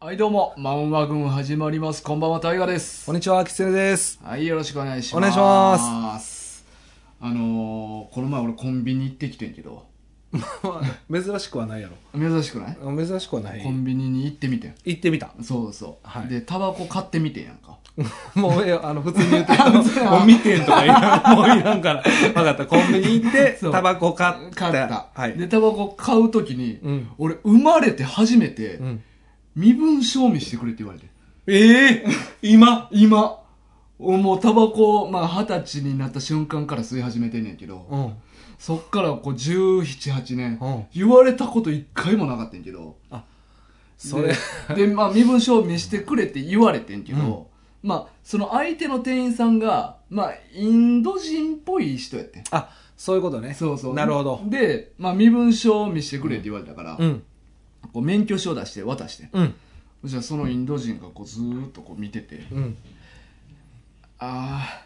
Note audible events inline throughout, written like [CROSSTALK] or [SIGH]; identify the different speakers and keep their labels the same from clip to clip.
Speaker 1: はい、どうも、漫画軍始まります。こんばんは、タイガです
Speaker 2: こ。んにちは、キツネです。
Speaker 1: はい、よろしくお願いします。。
Speaker 2: お願いします
Speaker 1: あのー、この前俺コンビニ行ってきてんけど、
Speaker 2: [LAUGHS] 珍しくはないやろ。
Speaker 1: 珍しくない、
Speaker 2: 珍しくはない
Speaker 1: コ。ンビニに行ってみてん。
Speaker 2: 行ってみた。
Speaker 1: そうそう。
Speaker 2: はい
Speaker 1: で、タバコ買ってみてんやんか。
Speaker 2: もう、えあの、普通に言ってる [LAUGHS]
Speaker 1: 通や
Speaker 2: もう見てんとかいらん、もういらんから。分かった。コンビニ行って、
Speaker 1: そう
Speaker 2: タバコ買って。
Speaker 1: 買った。
Speaker 2: はい。
Speaker 1: で、タバコ買うときに、
Speaker 2: うん
Speaker 1: 俺生まれて初めて、
Speaker 2: うん
Speaker 1: 身分証明してくれって言われてん。
Speaker 2: ええ今
Speaker 1: 今、もうタバコ、まあ二十歳になった瞬間から吸い始めてんねんけど、
Speaker 2: うん。
Speaker 1: そっからこう17、8年、
Speaker 2: うん
Speaker 1: 言われたこと一回もなかったんやけど、
Speaker 2: それ、
Speaker 1: で、でまあ、身分証明してくれって言われてんけど、まあ、その相手の店員さんが、まあ、インド人っぽい人やってん。
Speaker 2: あ、そういうことね。
Speaker 1: そうそう。
Speaker 2: なるほど。
Speaker 1: で、まあ、身分証を見せてくれって言われたから、
Speaker 2: うん。
Speaker 1: こう免許証出して渡してん。
Speaker 2: うん。
Speaker 1: そしたらそのインド人がこうずーっとこう見てて、
Speaker 2: うん。
Speaker 1: あ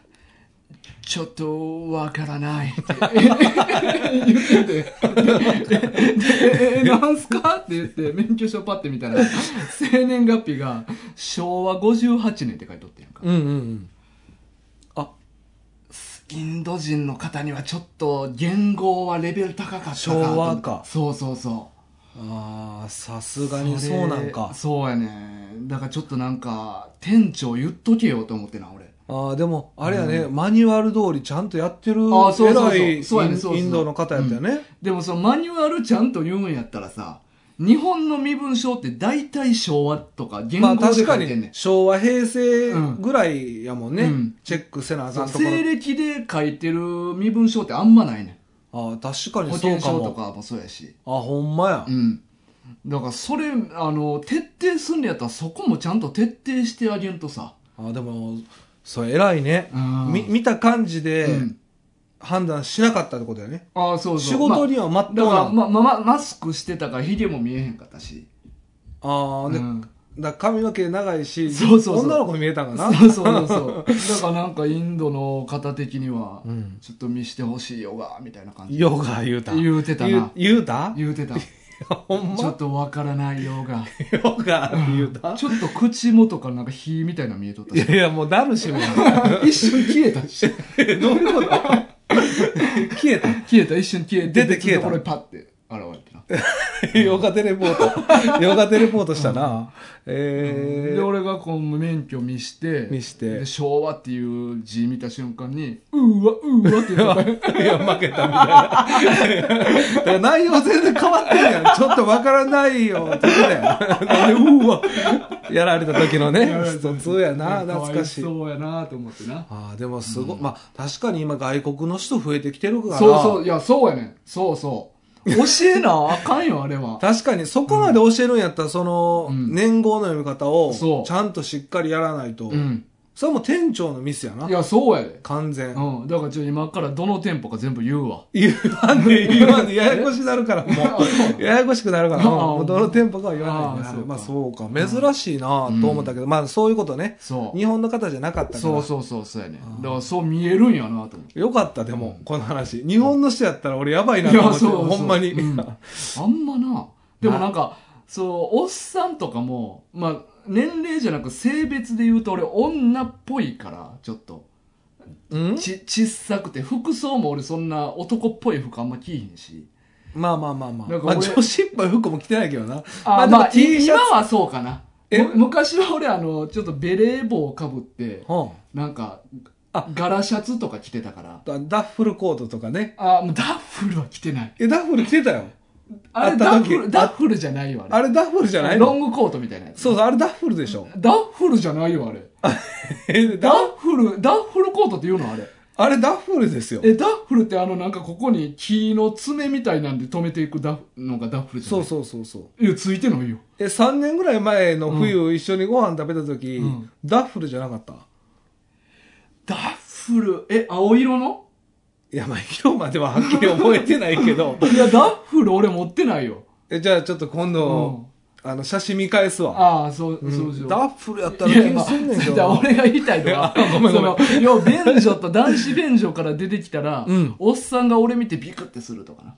Speaker 1: ー、ちょっとわからないって言ってて、でえ、なんすかって言って、免許証パッて見たら、生年月日が昭和58年って書いとってんやんか。
Speaker 2: うんうんうん。あ、
Speaker 1: インド人の方にはちょっと言語はレベル高かったか
Speaker 2: 昭和か
Speaker 1: そうそうそ
Speaker 2: あーさす
Speaker 1: う
Speaker 2: がに
Speaker 1: れ
Speaker 2: そうなんか。
Speaker 1: そうやねだからちょっとなんか店長言っとけよと思ってな俺
Speaker 2: あーでも、あれやね、マニュアル通りちゃんとやってる、
Speaker 1: あーそうそうそう
Speaker 2: 偉いイン
Speaker 1: そうやねそうそう
Speaker 2: インドの方やったよね。
Speaker 1: でもそのマニュアルちゃんと言うんやったらさ日本の身分証って大体昭和とか言
Speaker 2: ま
Speaker 1: 語
Speaker 2: あ
Speaker 1: で書
Speaker 2: 確
Speaker 1: いて
Speaker 2: か
Speaker 1: んねん
Speaker 2: に、昭和、平成ぐらいやもんね。
Speaker 1: うん
Speaker 2: チェックせなあ
Speaker 1: そ
Speaker 2: か
Speaker 1: うん
Speaker 2: ところ。
Speaker 1: 西暦で書いてる身分証ってあんまないね
Speaker 2: ああ、確か
Speaker 1: ん
Speaker 2: に
Speaker 1: 保
Speaker 2: そ
Speaker 1: 険
Speaker 2: うか
Speaker 1: 証と
Speaker 2: も。
Speaker 1: かもそうやし
Speaker 2: あ、ほんまや
Speaker 1: う。んだからそれあの徹底すんのやったらそこもちゃんと徹底してあげんとさ
Speaker 2: あでも、それ偉いね。
Speaker 1: うん
Speaker 2: み見た感じで
Speaker 1: うん
Speaker 2: 判断しなかったってことやね。
Speaker 1: ああそうそう
Speaker 2: 仕事に
Speaker 1: ま
Speaker 2: はま
Speaker 1: あ
Speaker 2: っ
Speaker 1: だ
Speaker 2: とう
Speaker 1: か
Speaker 2: な。
Speaker 1: ら、ままま、マスクしてたからヒゲも見えへんかったし
Speaker 2: ああ、で、
Speaker 1: うん
Speaker 2: だから髪の毛長いし、
Speaker 1: そうそうそう
Speaker 2: 女の子に見えたんかな。
Speaker 1: そうそうそうそうだからなんかインドの方的には
Speaker 2: うん
Speaker 1: ちょっと見してほしいよがみたいな感じ
Speaker 2: ヨガ言うた。
Speaker 1: 言うてたな
Speaker 2: 言言うた
Speaker 1: 言うてたち
Speaker 2: [LAUGHS] ほん
Speaker 1: ょっ
Speaker 2: ま
Speaker 1: とわからないよ
Speaker 2: [LAUGHS]
Speaker 1: が
Speaker 2: ヨガって言うた
Speaker 1: ちょっと口元からなんか火みたいなの見えとった
Speaker 2: い
Speaker 1: し
Speaker 2: [LAUGHS] やいや、もうダルシムや [LAUGHS] ん。
Speaker 1: 一瞬消えたし
Speaker 2: えどういう
Speaker 1: [LAUGHS]
Speaker 2: こと消えた
Speaker 1: 消えた一瞬消えて
Speaker 2: 出て消えた
Speaker 1: これパッて現れてな
Speaker 2: [LAUGHS] ヨガテレポー [LAUGHS] ト。ヨガテレポートしたな。え
Speaker 1: で
Speaker 2: ー、
Speaker 1: 俺がこう免許見して
Speaker 2: 見して
Speaker 1: で昭和っていう字見た瞬間にうーわうーわって言ってた
Speaker 2: いや、負けたみたいな。だから内容全然変わってんやん。ちょっとわからないよ。って言ってたやん。 [LAUGHS] なんで、うーわ。やられた時のね、普通や [LAUGHS] な。懐かしい。
Speaker 1: そうやなと思ってな
Speaker 2: ああ、でもすごい、まあ、確かに今外国の人増えてきてるから。
Speaker 1: そうそういやそうやねんそうそう教えなあかんよあれは
Speaker 2: 確かに、そこまで教えるんやったら、その
Speaker 1: う、ん
Speaker 2: 年号の読み方を
Speaker 1: そう、
Speaker 2: ちゃんとしっかりやらないと
Speaker 1: う。ん。
Speaker 2: それはもう店長のミスやない
Speaker 1: やそうやで
Speaker 2: 完全。
Speaker 1: うんだからちょ今からどの店舗か全部言うわ
Speaker 2: 言わんで、言わんで、ややこしなるから、も
Speaker 1: [LAUGHS]
Speaker 2: う。ややこしくなるから、
Speaker 1: ああ
Speaker 2: もうどの店舗かは言わない
Speaker 1: ああ
Speaker 2: ん
Speaker 1: そうか
Speaker 2: まあそうか。珍しいなと思ったけど、まあそういうことね。
Speaker 1: そう
Speaker 2: 日本の方じゃなかったか
Speaker 1: そう
Speaker 2: ら。
Speaker 1: そうそうそうやねんだからそう見えるんやなと思って
Speaker 2: よかった、でも、この話。日本の人やったら俺やばい
Speaker 1: い
Speaker 2: なと思って、
Speaker 1: そうそう
Speaker 2: ほんまに。
Speaker 1: うあんまなでもなんかそうおっさんとかもまあ年齢じゃなく性別で言うと俺女っぽいからちょっと
Speaker 2: うん
Speaker 1: ち小さくて服装も俺そんな男っぽい服あんま着いへんし
Speaker 2: まあまあまあまあ。
Speaker 1: なんか
Speaker 2: まあ
Speaker 1: 俺
Speaker 2: 女子っぽい服も着てないけどな。
Speaker 1: あ、
Speaker 2: でも
Speaker 1: まあ、い
Speaker 2: T シ
Speaker 1: 今
Speaker 2: ャツ。
Speaker 1: はそうかな。
Speaker 2: え
Speaker 1: む昔は俺、あの、ちょっとベレー帽をかぶって、
Speaker 2: うん
Speaker 1: なんか、
Speaker 2: あ
Speaker 1: ガラシャツとか着てたから。
Speaker 2: ダダッフルコートとかね。
Speaker 1: あ、もうダッフルは着てない。
Speaker 2: え、ダッフル着てたよ。
Speaker 1: あ
Speaker 2: あ
Speaker 1: れ、
Speaker 2: った
Speaker 1: ダッ
Speaker 2: 時
Speaker 1: フル、ダッフルじゃないよ、あ
Speaker 2: あ
Speaker 1: れ。
Speaker 2: れダッフルじゃない
Speaker 1: ロン
Speaker 2: の
Speaker 1: グコートみたいなやつ。
Speaker 2: そうそう、あれダッフルでしょ。
Speaker 1: ダッフルじゃないよ、あれ。
Speaker 2: え
Speaker 1: ダ
Speaker 2: ダ
Speaker 1: ッフル、ダッフルコートって言うのあれ。
Speaker 2: あれダッフルですよ。
Speaker 1: え、ダッフルってあの、なんかここに木の爪みたいなんで止めていくダッフのがダッフルじゃ
Speaker 2: そ
Speaker 1: な
Speaker 2: う
Speaker 1: い
Speaker 2: そうそうそう。
Speaker 1: う。いや、ついてないよ。
Speaker 2: え、3年ぐらい前の冬、一緒にご飯食べた時、
Speaker 1: うん
Speaker 2: ダッフルじゃなかった
Speaker 1: ダッフル、え、青色の、
Speaker 2: いや、まあ、色までははっきり覚えてないけど
Speaker 1: いや、ダッフル俺持ってないよ。
Speaker 2: えじゃあちょっと今度、あの、写真見返すわ。
Speaker 1: ああ、そう、そうしよう。
Speaker 2: ダッフルやったら
Speaker 1: い
Speaker 2: 気
Speaker 1: やま
Speaker 2: に
Speaker 1: あ
Speaker 2: すんねんけ
Speaker 1: だ
Speaker 2: ど
Speaker 1: から
Speaker 2: な。
Speaker 1: 俺が言いたいのは
Speaker 2: [LAUGHS] ごめんごめん
Speaker 1: その要は便所と男子便所から出てきたら、
Speaker 2: うん
Speaker 1: おっさんが俺見てビクってするとかな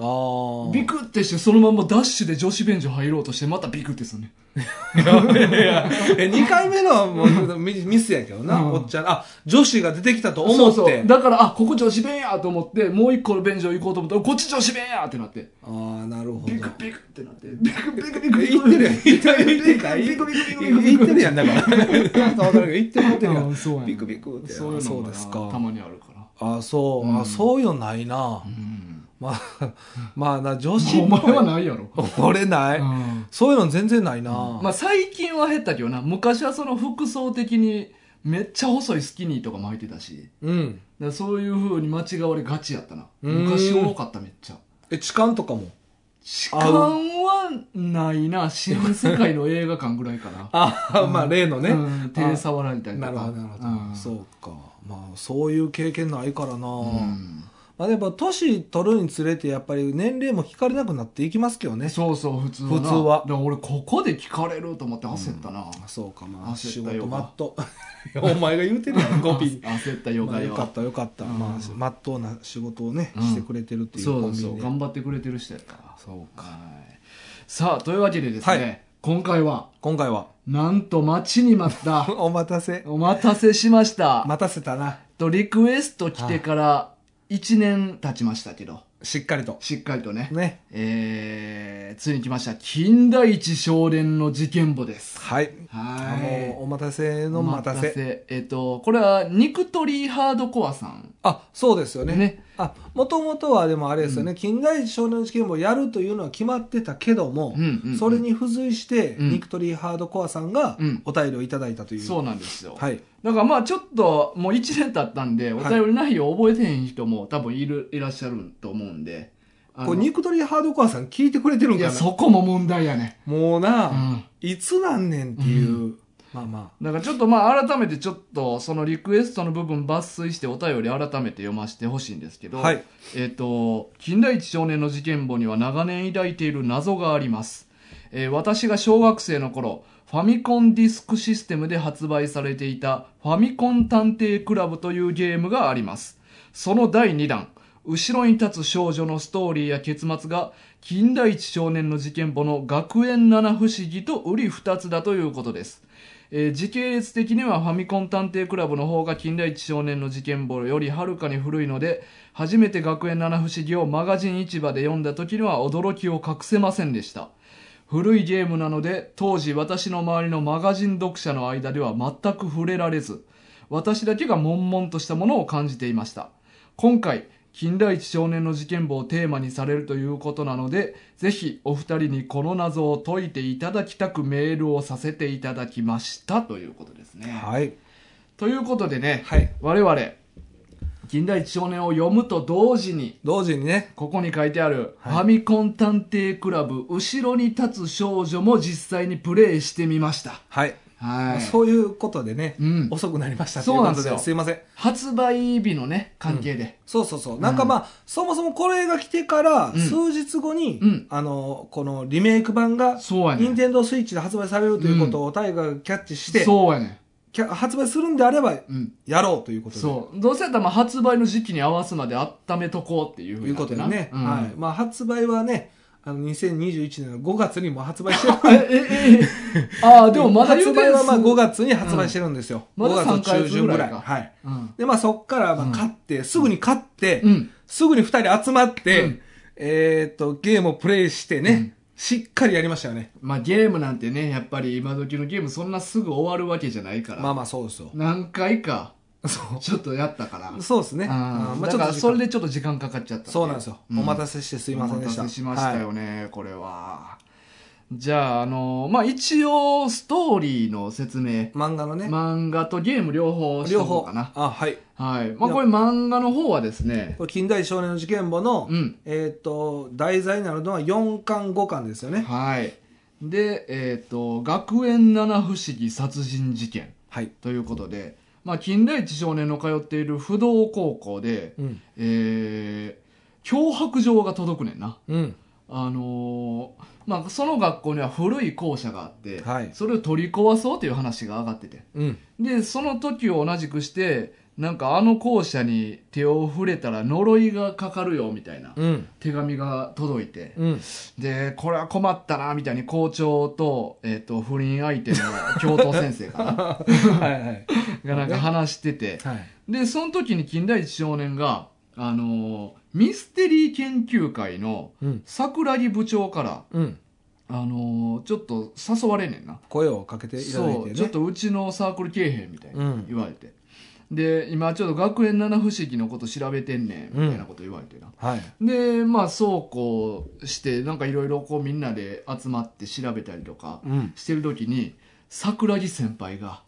Speaker 2: ああ。
Speaker 1: ビクってして、そのまんまダッシュで女子便所入ろうとして、またビクってすんねん。
Speaker 2: え、2回目のはもうミミスやけどな、
Speaker 1: うん
Speaker 2: おっちゃん。あ、女子が出てきたと思
Speaker 1: そう
Speaker 2: って。
Speaker 1: そう。だから、あ、ここ女子便やと思って、もう一個の便所行こうと思ったら、こっち女子便やってなって。
Speaker 2: ああ、なるほど。
Speaker 1: ビクビクってなって、ビクビクビク
Speaker 2: え、言ってるやん。言ってる言ってるやん。
Speaker 1: ビクビクビクビクビ
Speaker 2: 言
Speaker 1: ク
Speaker 2: ってるやん、だから。なんかわかるけど言ってる言ってるや
Speaker 1: うん
Speaker 2: ん。
Speaker 1: そうやねん
Speaker 2: ビクビクって。
Speaker 1: そういうの
Speaker 2: あ
Speaker 1: が
Speaker 2: で
Speaker 1: た
Speaker 2: すか。
Speaker 1: まにあるから。
Speaker 2: あそう、
Speaker 1: うん
Speaker 2: あそういうのないな。
Speaker 1: うん。
Speaker 2: まあ、 [LAUGHS] まあな、女子っ
Speaker 1: お
Speaker 2: ぽい。
Speaker 1: 前はないやろ。
Speaker 2: 俺ない、
Speaker 1: うん
Speaker 2: そういうの全然ないな。
Speaker 1: まあ最近は減ったけどな、昔はその服装的にめっちゃ細いスキニーとかも履いてたし、だか
Speaker 2: うん。
Speaker 1: らそういう風に間違われがちやったな。
Speaker 2: うーん
Speaker 1: 昔多かっためっちゃ。
Speaker 2: え、痴漢とかも。。
Speaker 1: 痴漢はないな、新世界の映画館ぐらいかな
Speaker 2: ああ、まあ、例のね。
Speaker 1: うん手触られたりとか。
Speaker 2: なるほど、なるほ
Speaker 1: うん
Speaker 2: ど。そうか。まあ、そういう経験ないからな。
Speaker 1: うん
Speaker 2: まあ、でも、年取るにつれて、やっぱり年齢も聞かれなくなっていきますけどね。
Speaker 1: そうそう、普通はな。
Speaker 2: 普通は
Speaker 1: だから俺、ここで聞かれると思って焦ったな。
Speaker 2: そうか、まあ、仕
Speaker 1: 焦ったよ
Speaker 2: 事まっ
Speaker 1: [LAUGHS]
Speaker 2: と。いやお前が言うてるやん、コピー。
Speaker 1: あ焦ったよ
Speaker 2: [LAUGHS] まあ、
Speaker 1: が
Speaker 2: よ
Speaker 1: よ
Speaker 2: か。った、よかった。
Speaker 1: うん
Speaker 2: まあ、まっとうな仕事をね、
Speaker 1: うん
Speaker 2: してくれてるっていう
Speaker 1: そ
Speaker 2: コン
Speaker 1: う
Speaker 2: ビ
Speaker 1: そう、
Speaker 2: で。
Speaker 1: 頑張ってくれてる人やったわ
Speaker 2: そうか。
Speaker 1: はいさあ、というわけでですね、
Speaker 2: はい
Speaker 1: 今回は、
Speaker 2: 今回は、
Speaker 1: なんと待ちに待った、
Speaker 2: [LAUGHS] お待たせ。
Speaker 1: お待たせしました。
Speaker 2: 待たせたな。
Speaker 1: と、リクエスト来てから1年経ちましたけど、
Speaker 2: しっかりと。
Speaker 1: しっかりとね、
Speaker 2: ね。
Speaker 1: えー、ついに来ました、金田一少年の事件簿です。
Speaker 2: はい。
Speaker 1: は
Speaker 2: あ
Speaker 1: い。
Speaker 2: の、お待たせの
Speaker 1: お
Speaker 2: 待たせ。
Speaker 1: えっ、と、これは、肉取りハードコアさん。
Speaker 2: あ、そうですよね。
Speaker 1: ね
Speaker 2: あ、もともとはでもあれですよね、近代一少年事件簿やるというのは決まってたけども、
Speaker 1: うんうんうん
Speaker 2: それに付随して、
Speaker 1: うん
Speaker 2: ニクトリーハードコアさんが
Speaker 1: うん
Speaker 2: お便りをいただいたという。
Speaker 1: そうなんですよ。
Speaker 2: はい。
Speaker 1: だからまあちょっともう1年経ったんでお
Speaker 2: はい
Speaker 1: 便り内容覚えてへん人も多分いるいらっしゃると思うんであの
Speaker 2: これニクトリーハードコアさん聞いてくれてるん
Speaker 1: い
Speaker 2: か
Speaker 1: や
Speaker 2: な
Speaker 1: そこも問題やね
Speaker 2: もうな、
Speaker 1: うん
Speaker 2: いつなんねんっていう。まあま
Speaker 1: だからちょっとまあ改めてちょっとそのリクエストの部分抜粋してお便り改めて読ませてほしいんですけ
Speaker 2: あ。
Speaker 1: ど、
Speaker 2: はい。
Speaker 1: えっ、と、金田一少年の事件簿には長年抱いている謎があります。えー私が小学生の頃、ファミコンディスクシステムで発売されていたファミコン探偵クラブというゲームがあります。その第2弾、後ろに立つ少女のストーリーや結末が、金田一少年の事件簿の学園七不思議と瓜二つだということです。えー時系列的にはファミコン探偵クラブの方が金田一少年の事件簿よりはるかに古いので初めて学園七不思議をマガジン市場で読んだ時には驚きを隠せませんでした古いゲームなので当時私の周りのマガジン読者の間では全く触れられず私だけが悶々としたものを感じていました今回金田一少年の事件簿をテーマにされるということなのでぜひお二人にこの謎を解いていただきたくメールをさせていただきましたということですね、
Speaker 2: はい。
Speaker 1: ということでね、
Speaker 2: はい。
Speaker 1: 我々金田一少年を読むと同時に
Speaker 2: 同時にね、
Speaker 1: ここに書いてある、
Speaker 2: はい
Speaker 1: ファミコン探偵クラブ後ろに立つ少女も実際にプレイしてみました
Speaker 2: はい。
Speaker 1: はい
Speaker 2: そういうことでね、
Speaker 1: うん
Speaker 2: 遅くなりましたという
Speaker 1: そうな
Speaker 2: こ
Speaker 1: んで
Speaker 2: と
Speaker 1: す
Speaker 2: で、
Speaker 1: よ
Speaker 2: すいません。
Speaker 1: 発売日のね関係で、
Speaker 2: そうそうそう。なんかまあ、そもそもこれが来てから、
Speaker 1: ん
Speaker 2: 数日後に、
Speaker 1: うん
Speaker 2: あの、このリメイク版が、
Speaker 1: そうやね
Speaker 2: 任天堂スイッチで発売されるということをタイガーがキャッチして、
Speaker 1: そうやね
Speaker 2: キャ発売するんであれば、
Speaker 1: うん
Speaker 2: やろうということで。
Speaker 1: そうどうせやったらまあ発売の時期に合わすまで温めとこうっていうふ
Speaker 2: と
Speaker 1: う
Speaker 2: い
Speaker 1: に
Speaker 2: う
Speaker 1: な
Speaker 2: こ
Speaker 1: っ
Speaker 2: と
Speaker 1: て
Speaker 2: で
Speaker 1: な
Speaker 2: ね。
Speaker 1: うん
Speaker 2: はい。まあ、発売はね、あの、2021年の5月にもう発売してる。
Speaker 1: [LAUGHS] ええええああでもまだ
Speaker 2: 発
Speaker 1: 言うて
Speaker 2: 売
Speaker 1: る
Speaker 2: はまあ5月に発売してるんですよ。
Speaker 1: うんまだ
Speaker 2: 5
Speaker 1: 三
Speaker 2: 月
Speaker 1: ヶ
Speaker 2: 中
Speaker 1: 月
Speaker 2: 旬
Speaker 1: ぐら
Speaker 2: ぐら
Speaker 1: い
Speaker 2: い。
Speaker 1: か
Speaker 2: はい。
Speaker 1: うん
Speaker 2: で、まあそっからま
Speaker 1: う
Speaker 2: あ
Speaker 1: ん
Speaker 2: 買って、すぐに買って、
Speaker 1: うん
Speaker 2: すぐに2人集まって、
Speaker 1: うん
Speaker 2: えーっと、ゲームをプレイしてね、
Speaker 1: うん
Speaker 2: しっかりやりましたよね。
Speaker 1: まあゲームなんてねやっぱり今時のゲームそんなすぐ終わるわけじゃないから、
Speaker 2: まあまあそうですよ。
Speaker 1: 何回か
Speaker 2: そ
Speaker 1: ちょっとやったから
Speaker 2: う。そうですね。
Speaker 1: あ
Speaker 2: うん
Speaker 1: ま
Speaker 2: ま
Speaker 1: あ、
Speaker 2: あ
Speaker 1: だ
Speaker 2: ちょ
Speaker 1: か
Speaker 2: っ
Speaker 1: ら
Speaker 2: と
Speaker 1: それでちょっと時間かかっちゃった
Speaker 2: そうなんですよ、
Speaker 1: うん
Speaker 2: お待たせしてすいませんでし
Speaker 1: お待
Speaker 2: た
Speaker 1: たせしました
Speaker 2: はい
Speaker 1: よね、これはじゃああのまあ一応ストーリーの説明
Speaker 2: 漫画のね、
Speaker 1: 漫画とゲーム両方し
Speaker 2: 両
Speaker 1: とこ
Speaker 2: 方
Speaker 1: うかな
Speaker 2: あはい
Speaker 1: はいまあこれ漫画の方はですね
Speaker 2: これ近代少年の事件簿の、
Speaker 1: うん
Speaker 2: えーっと題材になるのは4巻5巻ですよね
Speaker 1: はいでえっ、と学園七不思議殺人事件
Speaker 2: はい、
Speaker 1: ということで、まあ、金田一少年の通っている不動高校で、
Speaker 2: うん
Speaker 1: えー脅迫状が届くねんな
Speaker 2: うん、
Speaker 1: あのーまあ、その学校には古い校舎があって、
Speaker 2: はい
Speaker 1: それを取り壊そうという話が上がってて
Speaker 2: うん、
Speaker 1: でその時を同じくしてなんかあの校舎に手を触れたら呪いがかかるよみたいな
Speaker 2: うん
Speaker 1: 手紙が届いて、
Speaker 2: うん [LAUGHS]
Speaker 1: でこれは困ったなみたいに校長と,、えっと不倫相手の教頭先生か
Speaker 2: [LAUGHS]
Speaker 1: な
Speaker 2: はいはい
Speaker 1: がなんか話してて
Speaker 2: はい
Speaker 1: でその時に金田一少年があのーミステリー研究会の
Speaker 2: うん
Speaker 1: 桜木部長から
Speaker 2: うん
Speaker 1: あのーちょっと誘われんねんな
Speaker 2: 声をかけていただいて
Speaker 1: そう
Speaker 2: ね
Speaker 1: ちょっとうちのサークルけえへんみたいな
Speaker 2: うん
Speaker 1: 言われて、で今ちょっと学園七不思議のこと調べてんねんみたいなこと言われてな、
Speaker 2: はい
Speaker 1: でまあそうこうしてなんかいろいろこうみんなで集まって調べたりとか
Speaker 2: うん
Speaker 1: してる時に桜木先輩が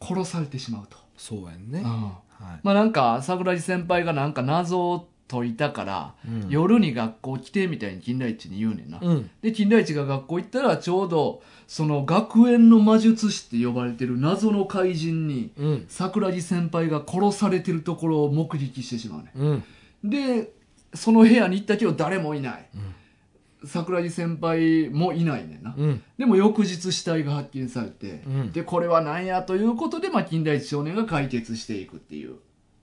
Speaker 1: 殺されてしまうと、
Speaker 2: そうやん
Speaker 1: う
Speaker 2: ね
Speaker 1: ん
Speaker 2: は
Speaker 1: まあなんか桜木先輩がなんか謎を解いたから、
Speaker 2: いうん
Speaker 1: 夜に学校来てみたいに金田一に言うねんな、
Speaker 2: うん
Speaker 1: で金田一が学校行ったらちょうどその学園の魔術師って呼ばれてる謎の怪人に
Speaker 2: うん
Speaker 1: 桜木先輩が殺されてるところを目撃してしまうね
Speaker 2: うん
Speaker 1: でその部屋に行ったけど誰もいない
Speaker 2: うん
Speaker 1: 桜木先輩もいないねんな
Speaker 2: うん
Speaker 1: でも翌日死体が発見されて、
Speaker 2: うん
Speaker 1: でこれは何やということで、まあ、金田一少年が解決していくっていう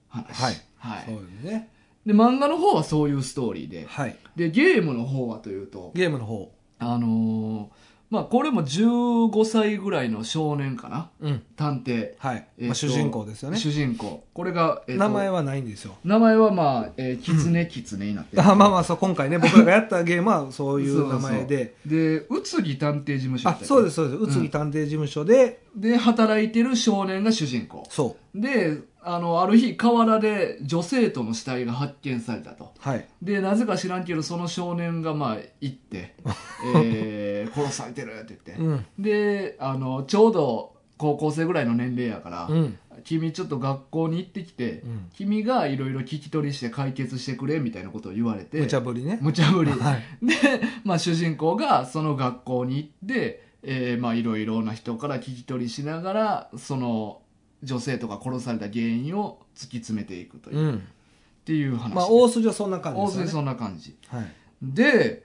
Speaker 1: 話
Speaker 2: はい
Speaker 1: はい
Speaker 2: そうよね
Speaker 1: で漫画の方はそういうストーリーで
Speaker 2: はい
Speaker 1: でゲームの方はというと
Speaker 2: ゲームの方
Speaker 1: あのーまあこれも15歳ぐらいの少年かな
Speaker 2: うん
Speaker 1: 探偵、
Speaker 2: はい
Speaker 1: えーと
Speaker 2: まあ主人公ですよね
Speaker 1: 主人公これが、えーと
Speaker 2: 名前はないんですよ [LAUGHS]
Speaker 1: 名前はまあ、えー、キツネキツネになってる
Speaker 2: あまあまあそう今回 [LAUGHS] ね僕らがやったゲームはそういう名前で
Speaker 1: で宇津木探偵事務所
Speaker 2: あそうですすそうです宇津木探偵事務所で
Speaker 1: で働いてる少年が主人公
Speaker 2: そう
Speaker 1: であのある日河原で女生徒の死体が発見されたと
Speaker 2: はい
Speaker 1: でなぜか知らんけどその少年がまあ行
Speaker 2: [LAUGHS]
Speaker 1: って、えー殺されてるって言って、
Speaker 2: うん
Speaker 1: であのちょうど高校生ぐらいの年齢やから、
Speaker 2: うん
Speaker 1: 君ちょっと学校に行ってきて、
Speaker 2: うん
Speaker 1: 君がいろいろ聞き取りして解決してくれみたいなことを言われて
Speaker 2: 無茶ぶりね
Speaker 1: 無茶ぶり
Speaker 2: [LAUGHS] はい
Speaker 1: で、まあ、主人公がその学校に行って、えーまあいろいろな人から聞き取りしながらその女性とか殺された原因を突き詰めていくという、っ
Speaker 2: うん
Speaker 1: ていう話、
Speaker 2: まあ大筋はそんな感じ
Speaker 1: 大
Speaker 2: ですよ
Speaker 1: 筋
Speaker 2: ね
Speaker 1: そんな感じ
Speaker 2: はい
Speaker 1: で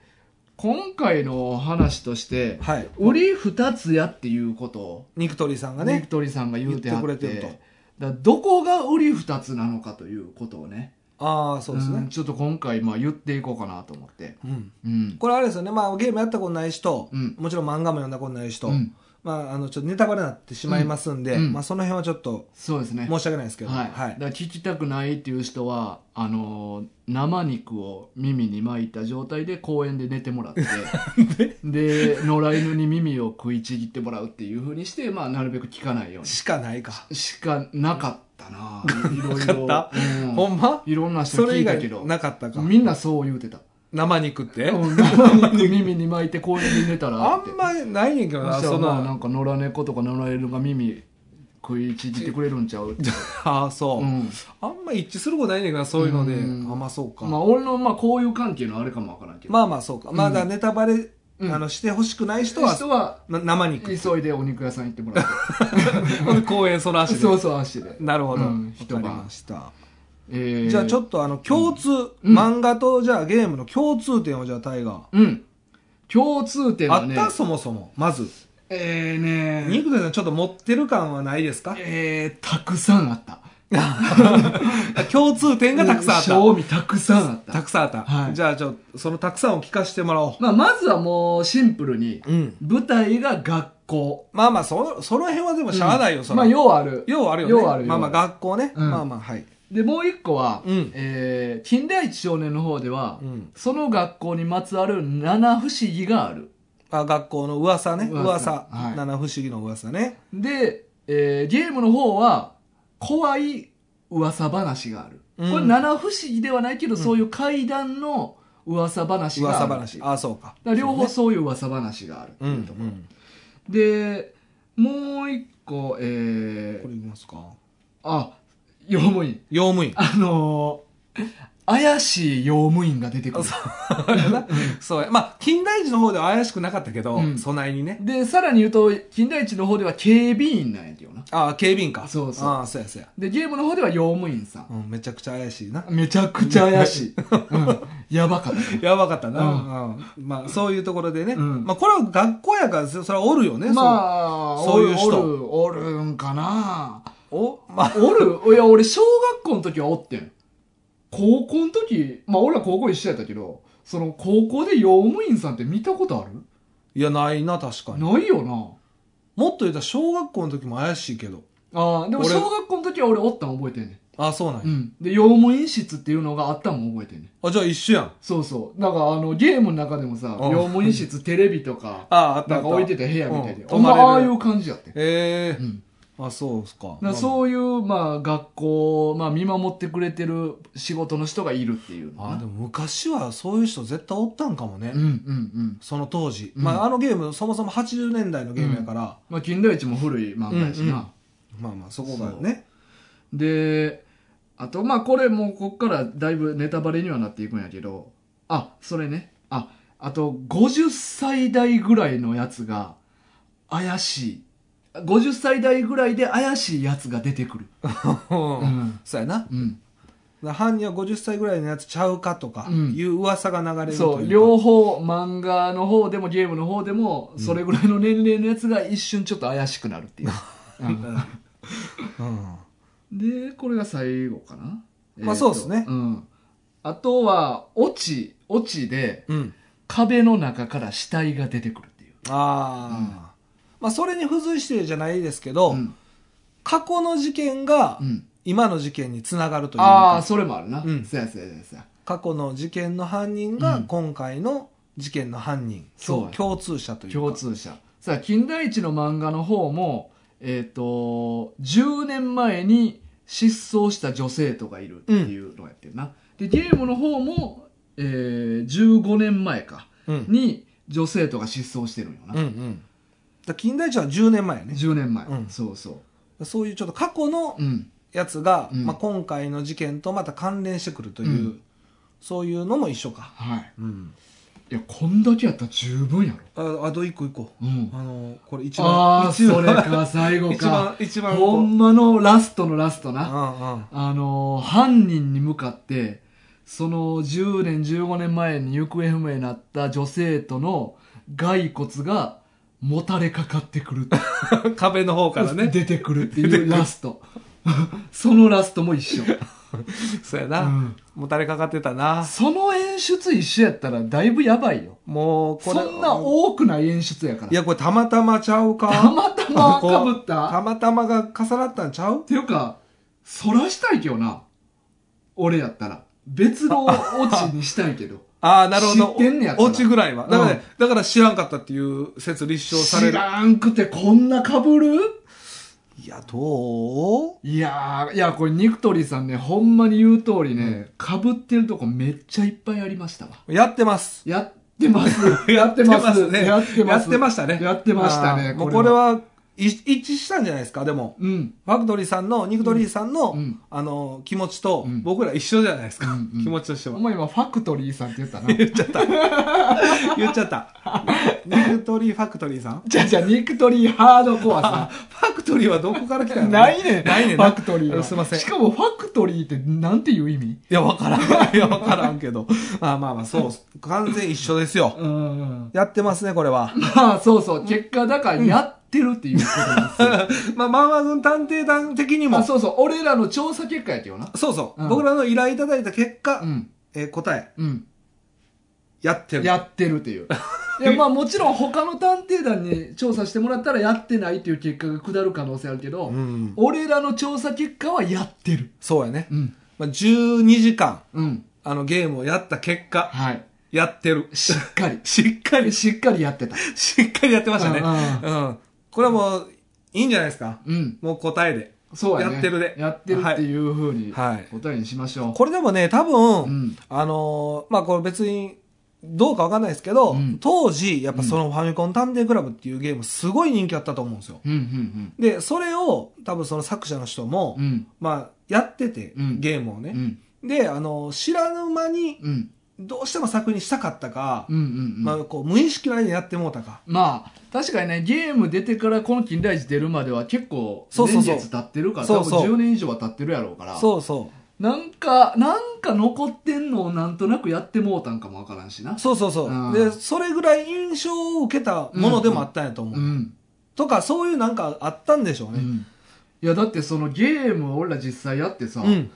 Speaker 1: 今回の話として
Speaker 2: はい
Speaker 1: 「売り二つや」っていうことを
Speaker 2: 肉鳥さんが
Speaker 1: ビク
Speaker 2: ね
Speaker 1: トリーさんが言うてはって
Speaker 2: 言ってくれてると
Speaker 1: だからどこが売り二つなのかということをね
Speaker 2: ああそうです
Speaker 1: ん
Speaker 2: ね
Speaker 1: ちょっと今回まあ言っていこうかなと思って
Speaker 2: うん
Speaker 1: うん
Speaker 2: これあれですよねまあゲームやったことない人
Speaker 1: うん
Speaker 2: もちろん漫画も読んだことない人
Speaker 1: うん
Speaker 2: まああのちょっとネタバレになってしまいますんで
Speaker 1: うんうん
Speaker 2: まあその辺はちょっと
Speaker 1: そうですね
Speaker 2: 申し訳ないですけど
Speaker 1: はい、だから聞きたくないっていう人はあのー生肉を耳に巻いた状態で公園で寝てもらって
Speaker 2: [LAUGHS]
Speaker 1: で野良犬に耳を食いちぎってもらうっていうふうにして、まあ、なるべく聞かないよう
Speaker 2: しかないか
Speaker 1: にしかなかったないろい
Speaker 2: な
Speaker 1: ろ
Speaker 2: か
Speaker 1: うん
Speaker 2: ほんま
Speaker 1: いろんな人
Speaker 2: それ
Speaker 1: 聞
Speaker 2: 以
Speaker 1: いたけど
Speaker 2: 外なかったか
Speaker 1: みんなそう言うてた
Speaker 2: 生肉って
Speaker 1: うん生肉耳に巻いて公園で寝たら
Speaker 2: あ
Speaker 1: って
Speaker 2: んまないねんけどな
Speaker 1: そ
Speaker 2: そ
Speaker 1: したらまあな
Speaker 2: の
Speaker 1: んか野良猫とか野良犬が耳食いちぎってくれるんちゃうって、
Speaker 2: [LAUGHS] ああそううんあんま一致することないねんけどなそういうので
Speaker 1: うん
Speaker 2: あまあそうか
Speaker 1: まあ、俺のまあ交友関係のあれかもわからんけど、
Speaker 2: まあまあそうかまあだからネタバレ
Speaker 1: うん
Speaker 2: あのしてほしくない人
Speaker 1: 人は
Speaker 2: はま生肉
Speaker 1: 急いでお肉屋さん行って
Speaker 2: [LAUGHS]
Speaker 1: もらっ
Speaker 2: 公園そら
Speaker 1: て
Speaker 2: しで
Speaker 1: そうそう足で、
Speaker 2: なるほど、
Speaker 1: う
Speaker 2: わ
Speaker 1: ん一晩
Speaker 2: かりました、
Speaker 1: えー、
Speaker 2: じゃあちょ
Speaker 1: っ
Speaker 2: っとあの共通、
Speaker 1: うん
Speaker 2: 漫画とじゃあゲームの共通点をじゃあタイガー、
Speaker 1: とうん共通点
Speaker 2: あ
Speaker 1: は
Speaker 2: っ
Speaker 1: ね
Speaker 2: たそもそもまず
Speaker 1: えー、ね
Speaker 2: 肉田さんちょっと持ってる感はないですか
Speaker 1: えー、たくさんあった
Speaker 2: [LAUGHS] 共通点がたくさんあった、
Speaker 1: 賞味たくさんあった
Speaker 2: たくさんあった、
Speaker 1: はい
Speaker 2: じゃあちょっとそのたくさんを聞かせてもらおう
Speaker 1: まあ、まずはもうシンプルに
Speaker 2: うん
Speaker 1: 舞台が学校
Speaker 2: まあまあそその辺はでもしゃあないよ、その
Speaker 1: まあようある
Speaker 2: ようあるよね
Speaker 1: ようある
Speaker 2: まあまあ
Speaker 1: ようあ
Speaker 2: 学校ね、
Speaker 1: うん
Speaker 2: まあまあはい
Speaker 1: でもう一個は、
Speaker 2: うん
Speaker 1: えー近代一少年の方では、
Speaker 2: うん
Speaker 1: その学校にまつわる七不思議がある
Speaker 2: あ学校の噂ね噂
Speaker 1: 噂はい
Speaker 2: 七不思議の噂ね
Speaker 1: で、えーゲームの方は怖い噂話がある、
Speaker 2: うん
Speaker 1: これ七不思議ではないけど、そういう怪談の噂話がある
Speaker 2: 噂話ああそうか
Speaker 1: だから両方そういう噂話があるって
Speaker 2: うん、う
Speaker 1: いうところ、
Speaker 2: ん、
Speaker 1: でもう一個え
Speaker 2: こ
Speaker 1: ー、
Speaker 2: れいきますか
Speaker 1: あ用務員
Speaker 2: 用務員
Speaker 1: あのー怪しい用務員が出て
Speaker 2: [LAUGHS]
Speaker 1: くる
Speaker 2: そうや。まあ、金田一の方では怪しくなかったけど、
Speaker 1: うん
Speaker 2: 備えにね。
Speaker 1: でさらに言うと金田一の方では警備員なんやけどな
Speaker 2: ああ、警備員か。
Speaker 1: そうそう
Speaker 2: ああ、そうやそうや。
Speaker 1: でゲームの方では用務員さん
Speaker 2: うん、めちゃくちゃ怪しいな。
Speaker 1: めちゃくちゃ怪
Speaker 2: [LAUGHS]
Speaker 1: しい、うん、やばかった
Speaker 2: やばかったな。
Speaker 1: う
Speaker 2: うん。まあ、そういうところでね。
Speaker 1: うん
Speaker 2: まあ、これは学校やから、そそれはおるよね。
Speaker 1: まあ
Speaker 2: そういう人
Speaker 1: おるおるおるんかな
Speaker 2: そう。お、ま
Speaker 1: おるいや、俺、小学校の時はおってん。高校の時、まあ俺は高校一緒やったけど、その高校で用務員さんって見たことある
Speaker 2: いや、ないな、確かに。も
Speaker 1: な
Speaker 2: っ
Speaker 1: いよな。
Speaker 2: と言うたら、小学校の時も怪しいけど。
Speaker 1: ああ、でも
Speaker 2: 俺
Speaker 1: 小学校の時は俺おったん覚えてんね
Speaker 2: あ、そうなんや
Speaker 1: ん。うん。で、用務員室っていうのがあったんも覚えてんねん。
Speaker 2: あ、じゃあ一緒やん。
Speaker 1: そうそう。なんかあの、ゲームの中でもさ、
Speaker 2: うん
Speaker 1: 用務員室、テレビとか、
Speaker 2: あ、あった
Speaker 1: な
Speaker 2: あ
Speaker 1: ん
Speaker 2: っ
Speaker 1: か
Speaker 2: た。
Speaker 1: 置いてた部屋みたいで。
Speaker 2: うん
Speaker 1: お
Speaker 2: 泊ま
Speaker 1: 前
Speaker 2: れる
Speaker 1: ああいう感じやってん。
Speaker 2: ええ
Speaker 1: うん。
Speaker 2: あ、そうっすか。
Speaker 1: だからそういう、まあ、学校を、まあ、見守ってくれてる仕事の人がいるっていうのかな
Speaker 2: あ、でも昔はそういう人絶対おったんかもね。
Speaker 1: うんうんうん。
Speaker 2: その当時。
Speaker 1: うん
Speaker 2: まあ、あのゲーム、そもそも80年代のゲームやから、
Speaker 1: まあ、金田一も古い漫画やしな。
Speaker 2: うんうんまあまあ、そこがね。
Speaker 1: で、あと、まあ、これもうこっからだいぶネタバレにはなっていくんやけど、あ、それね。あ、あと、50歳代ぐらいのやつが、怪しい。50歳代ぐらいで怪しいやつが出てくる。う
Speaker 2: うん
Speaker 1: ん。
Speaker 2: [LAUGHS] そうやな。だか
Speaker 1: うん。
Speaker 2: ら犯人は50歳ぐらいのやつちゃうかとか、
Speaker 1: うん
Speaker 2: いう噂が流れるという
Speaker 1: そ
Speaker 2: か
Speaker 1: う、両方、漫画の方でもゲームの方でも、それぐらいの年齢のやつが一瞬ちょっと怪しくなる
Speaker 2: [LAUGHS]
Speaker 1: っていう。
Speaker 2: うん。
Speaker 1: で、これが最後かな。
Speaker 2: まあ
Speaker 1: えーと
Speaker 2: そうですね
Speaker 1: うん。あとは、落ち、落ちで、
Speaker 2: うん。
Speaker 1: 壁の中から死体が出てくるっていう。
Speaker 2: ああ。まあ、それに付随してじゃないですけど、
Speaker 1: うん。
Speaker 2: 過去の事件が
Speaker 1: うん。
Speaker 2: 今の事件につながるという
Speaker 1: ああ、
Speaker 2: か、
Speaker 1: それもあるな。
Speaker 2: うん
Speaker 1: そうやそうやそうやそうや。
Speaker 2: 過去の事件の犯人が
Speaker 1: うん
Speaker 2: 今回の事件の犯人、
Speaker 1: そうや
Speaker 2: 共通者というか
Speaker 1: 共通者。さあ、金田一の漫画の方も、えっ、と、10年前に失踪した女性とかいるっていうのをやってるな。で、ゲームの方も、えー、15年前か、
Speaker 2: うん、
Speaker 1: に女性とか失踪してるんよな。
Speaker 2: うんうんだ金田一は10年前やね
Speaker 1: 10年前、
Speaker 2: うん
Speaker 1: そうそ
Speaker 2: そういうちょっと過去の
Speaker 1: う。うん。
Speaker 2: やつが、
Speaker 1: うん
Speaker 2: まあ、今回の事件とまた関連してくるという、
Speaker 1: うん
Speaker 2: そういうのも一緒か、
Speaker 1: はい。
Speaker 2: うん、
Speaker 1: いや、こんだけやったら十分やろ。
Speaker 2: ああと一個一個
Speaker 1: うん。
Speaker 2: あのこれ一番
Speaker 1: ああ、
Speaker 2: 一
Speaker 1: そ
Speaker 2: 番
Speaker 1: れか、最後
Speaker 2: 一
Speaker 1: か。
Speaker 2: 番一番
Speaker 1: ほんまのラストのラストな。
Speaker 2: うんうん
Speaker 1: あのー、犯人に向かって、その10年、15年前に行方不明になった女性との骸骨がもたれかかってくるって。
Speaker 2: 壁の方からね。
Speaker 1: 出てくるっていうラスト。 [LAUGHS] そのラストも一緒。
Speaker 2: そうや
Speaker 1: う
Speaker 2: な、
Speaker 1: ん
Speaker 2: もたれかかってたな。
Speaker 1: その演出一緒やったらだいぶやばいよ。
Speaker 2: もう、こ
Speaker 1: そ
Speaker 2: れ。
Speaker 1: んな多くない演出やから。
Speaker 2: いや、これたまたまちゃう
Speaker 1: た
Speaker 2: か
Speaker 1: またまかぶった。
Speaker 2: たまたまが重なったんちゃう
Speaker 1: っていうか、そらしたいけどな。俺やったら。別のオチにしたいけど。
Speaker 2: ああ、なるほど。
Speaker 1: 知ってんねやったら
Speaker 2: 落ちぐらいは。だからね、だから知らんかったっていう説立証され
Speaker 1: 知
Speaker 2: る。
Speaker 1: らんくてこんな被る
Speaker 2: いや、どう
Speaker 1: いやー、いや、これ、ニクトリさんね、ほんまに言う通りね、被ってるとこめっちゃいっぱいありましたわ。
Speaker 2: やってます。
Speaker 1: やってます。 [LAUGHS] やってます。
Speaker 2: ね。
Speaker 1: やってます。
Speaker 2: やってましたね。
Speaker 1: やってましたね
Speaker 2: あーもうこれは、い一致したんじゃないですか、でも。
Speaker 1: うん。
Speaker 2: ファクトリーさんの、ニクトリーさんの、
Speaker 1: うん
Speaker 2: あの、気持ちと、
Speaker 1: うん
Speaker 2: 僕ら一緒じゃないですか。
Speaker 1: うんうん
Speaker 2: 気持ちとして
Speaker 1: お [LAUGHS]
Speaker 2: は。
Speaker 1: 前今、ファクトリーさんって言ったな。
Speaker 2: 言っちゃった。言っちゃった。ニクトリーファクトリーさん
Speaker 1: じゃあじゃあニクトリーハードコアさん
Speaker 2: あ。ファクトリーはどこから来たの
Speaker 1: [LAUGHS] ないねん。
Speaker 2: ないねん
Speaker 1: ファクトリー
Speaker 2: あ
Speaker 1: は。
Speaker 2: すいません。い
Speaker 1: しかもファクトリーってなんていう意味
Speaker 2: や、わからん。いや、わからんけど。まあまあまあ、そう。完全一緒ですよ。
Speaker 1: うん。
Speaker 2: やってますね、これは。
Speaker 1: まあ、そうそう。結果、だから、やってるっていうことなんですよ。
Speaker 2: [LAUGHS] まあ、マーマズン探偵団的に
Speaker 1: まあ、
Speaker 2: も、そ
Speaker 1: そうそう。俺らの調査結果やけどな。
Speaker 2: うそう、
Speaker 1: うん
Speaker 2: 僕らの依頼いただいた結果、
Speaker 1: うん。
Speaker 2: えー答え、
Speaker 1: うん。
Speaker 2: やってる。
Speaker 1: やってるっていう。い
Speaker 2: [LAUGHS]
Speaker 1: や、まあ、もちろん他の探偵団に調査してもらったら、やってないっていう結果が下る可能性あるけど、
Speaker 2: うん。
Speaker 1: 俺らの調査結果はやってる。
Speaker 2: そうやね。
Speaker 1: うん。
Speaker 2: まあ、12時間、
Speaker 1: うん。
Speaker 2: あの、ゲームをやった結果、
Speaker 1: はい。
Speaker 2: やってる。。
Speaker 1: しっかり
Speaker 2: [LAUGHS] しっかり、
Speaker 1: しっかりやってた。
Speaker 2: しっかりやってましたね。
Speaker 1: う
Speaker 2: うん。これはもう、いいんじゃないですか。
Speaker 1: うん。
Speaker 2: もう答えで。
Speaker 1: そうやね。
Speaker 2: やってるで
Speaker 1: やってるっていうふうに
Speaker 2: はい。
Speaker 1: 答えにしましょう。
Speaker 2: これでもね、多分、
Speaker 1: うん
Speaker 2: あのーまあこれ別に、どうかわかんないですけど、
Speaker 1: うん
Speaker 2: 当時、やっぱそのファミコン探偵クラブっていうゲームすごい人気あったと思うんですよ。
Speaker 1: うんうん
Speaker 2: で、それを多分その作者の人も、
Speaker 1: うん。うん
Speaker 2: まあやってて、
Speaker 1: うん
Speaker 2: ゲームをね。
Speaker 1: うん
Speaker 2: で、あのー知らぬ間に
Speaker 1: うん
Speaker 2: どうしても作品したかったか、
Speaker 1: うんうん
Speaker 2: まあこう無意識の間にやってもうたか。
Speaker 1: まあ確かにねゲーム出てからこの金田一出るまでは結構
Speaker 2: そうそ
Speaker 1: 年
Speaker 2: うそう
Speaker 1: 月経ってるから
Speaker 2: そうそう
Speaker 1: 多分10年以上は経ってるやろうから
Speaker 2: そうそ
Speaker 1: なんかなんか残ってんのをなんとなくやってもうたんかもわからんしな
Speaker 2: う。そうそうそう。
Speaker 1: うん
Speaker 2: で、それぐらい印象を受けたものでもあったんやと思
Speaker 1: う
Speaker 2: う。
Speaker 1: ん
Speaker 2: とか、そういうなんかあったんでしょう
Speaker 1: う
Speaker 2: ね。
Speaker 1: んいやだってそのゲームを俺ら実際やってさ、
Speaker 2: うん。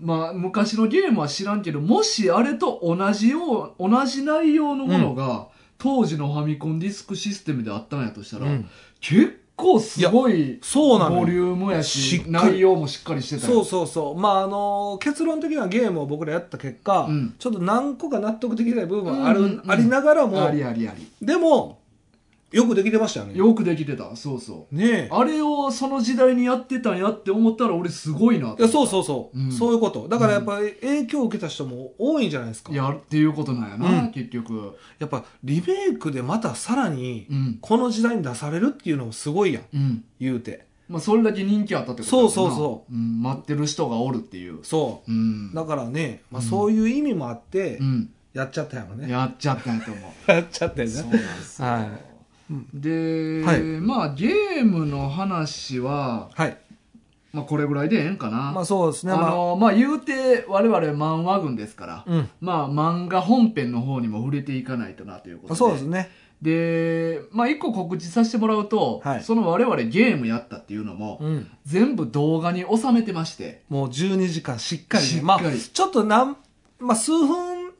Speaker 1: まあ昔のゲームは知らんけどもしあれと同じよう同じ内容のものが、当時のファミコンディスクシステムであったんやとしたら、
Speaker 2: うん
Speaker 1: 結構すごい
Speaker 2: そうなのよ
Speaker 1: ボリュームや
Speaker 2: しっ
Speaker 1: し
Speaker 2: かり
Speaker 1: 内容もしっかりしてた
Speaker 2: そう
Speaker 1: よ
Speaker 2: そうそう、まああの結論的なゲームを僕らやった結果、
Speaker 1: うん
Speaker 2: ちょっと何個か納得できない部分はある、
Speaker 1: うんうんうん
Speaker 2: ありながらも、
Speaker 1: ありありあり
Speaker 2: でもよくできてましたよね。
Speaker 1: よくできてたそうそう
Speaker 2: ねえ
Speaker 1: あれをその時代にやってたんやって思ったら俺すごいなと
Speaker 2: いやそうそうそう、
Speaker 1: うん
Speaker 2: そういうことだからやっぱり影響を受けた人も多いんじゃないですか
Speaker 1: い
Speaker 2: や
Speaker 1: やっていうことなんやな、
Speaker 2: うん
Speaker 1: 結局
Speaker 2: っぱリメイクでまたさらに
Speaker 1: うん
Speaker 2: この時代に出されるっていうのもすごいやん
Speaker 1: うん
Speaker 2: 言うて
Speaker 1: まあそれだけ人気あったってこと、
Speaker 2: そうそうそう
Speaker 1: うん、待ってる人がおるっていう
Speaker 2: そ
Speaker 1: うん
Speaker 2: うだからね、まあ、
Speaker 1: うん
Speaker 2: そういう意味もあって
Speaker 1: うん、
Speaker 2: やっちゃったよね、
Speaker 1: やっちゃったんやと思う
Speaker 2: やっちゃったよ
Speaker 1: そうなん
Speaker 2: [LAUGHS] ね
Speaker 1: ですよ
Speaker 2: は
Speaker 1: で、
Speaker 2: はい
Speaker 1: まあゲームの話は、
Speaker 2: はい
Speaker 1: まあ、これぐらいでええんかな、
Speaker 2: まあそうですね
Speaker 1: あ
Speaker 2: まあ
Speaker 1: のまあ言うて我々漫画軍ですから、
Speaker 2: うん
Speaker 1: まあ漫画本編の方にも触れていかないとなということ
Speaker 2: まあ
Speaker 1: で
Speaker 2: そうですね
Speaker 1: でまあ一個告知させてもらうと、
Speaker 2: はい
Speaker 1: その我々ゲームやったっていうのも、
Speaker 2: うん
Speaker 1: 全部動画に収めてまして
Speaker 2: もう12時間しっかりね
Speaker 1: しっかり
Speaker 2: まあ、ちょっとなん、まあ、数分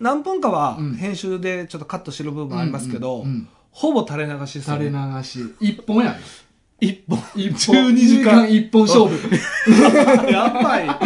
Speaker 2: 何分かは
Speaker 1: うん
Speaker 2: 編集でちょっとカットしてる部分ありますけど、
Speaker 1: うんうん
Speaker 2: ほぼ垂れ流しですよ
Speaker 1: 垂
Speaker 2: ね
Speaker 1: れ流し一本やね
Speaker 2: 一本
Speaker 1: 一
Speaker 2: 12時間
Speaker 1: 一本勝負
Speaker 2: [LAUGHS] やばい
Speaker 1: いや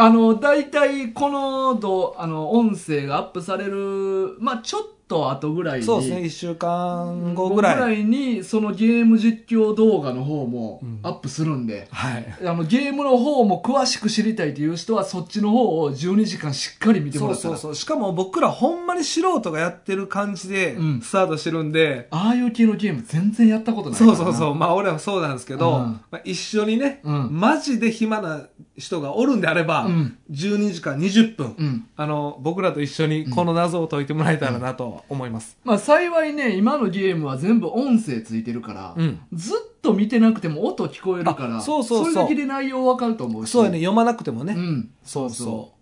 Speaker 1: あの大体このどあの音声がアップされるまあちょっと後ぐらいに
Speaker 2: そうですね1週間後
Speaker 1: 後
Speaker 2: ぐ
Speaker 1: ぐ
Speaker 2: らい
Speaker 1: らいにそのゲーム実況動画の方も
Speaker 2: うん
Speaker 1: アップするんで、
Speaker 2: はい
Speaker 1: あのゲームの方も詳しく知りたいという人はそっちの方を12時間しっかり見てもら
Speaker 2: そう
Speaker 1: った
Speaker 2: そう
Speaker 1: ら
Speaker 2: そうしかも僕らほんまに素人がやってる感じで
Speaker 1: うん
Speaker 2: スタートしてるんで、
Speaker 1: ああいう系のゲーム全然やったことないから
Speaker 2: そ
Speaker 1: な
Speaker 2: うそうそうまあ俺はそうなんですけど、
Speaker 1: うん
Speaker 2: まあ、一緒にね、
Speaker 1: うん
Speaker 2: マジで暇な人がおるんであれば、
Speaker 1: うん
Speaker 2: 12時間20分、
Speaker 1: うん
Speaker 2: あの僕らと一緒にこの謎を解いてもらえたらなと思います、
Speaker 1: まあ幸いね今のゲームは全部音声ついてるから、
Speaker 2: うん
Speaker 1: ずっと見てなくても音聞こえるから
Speaker 2: あそうそうそ
Speaker 1: れ
Speaker 2: う
Speaker 1: だけで内容わかると思うし
Speaker 2: そうやね読まなくてもね、
Speaker 1: うん
Speaker 2: そうそう
Speaker 1: そ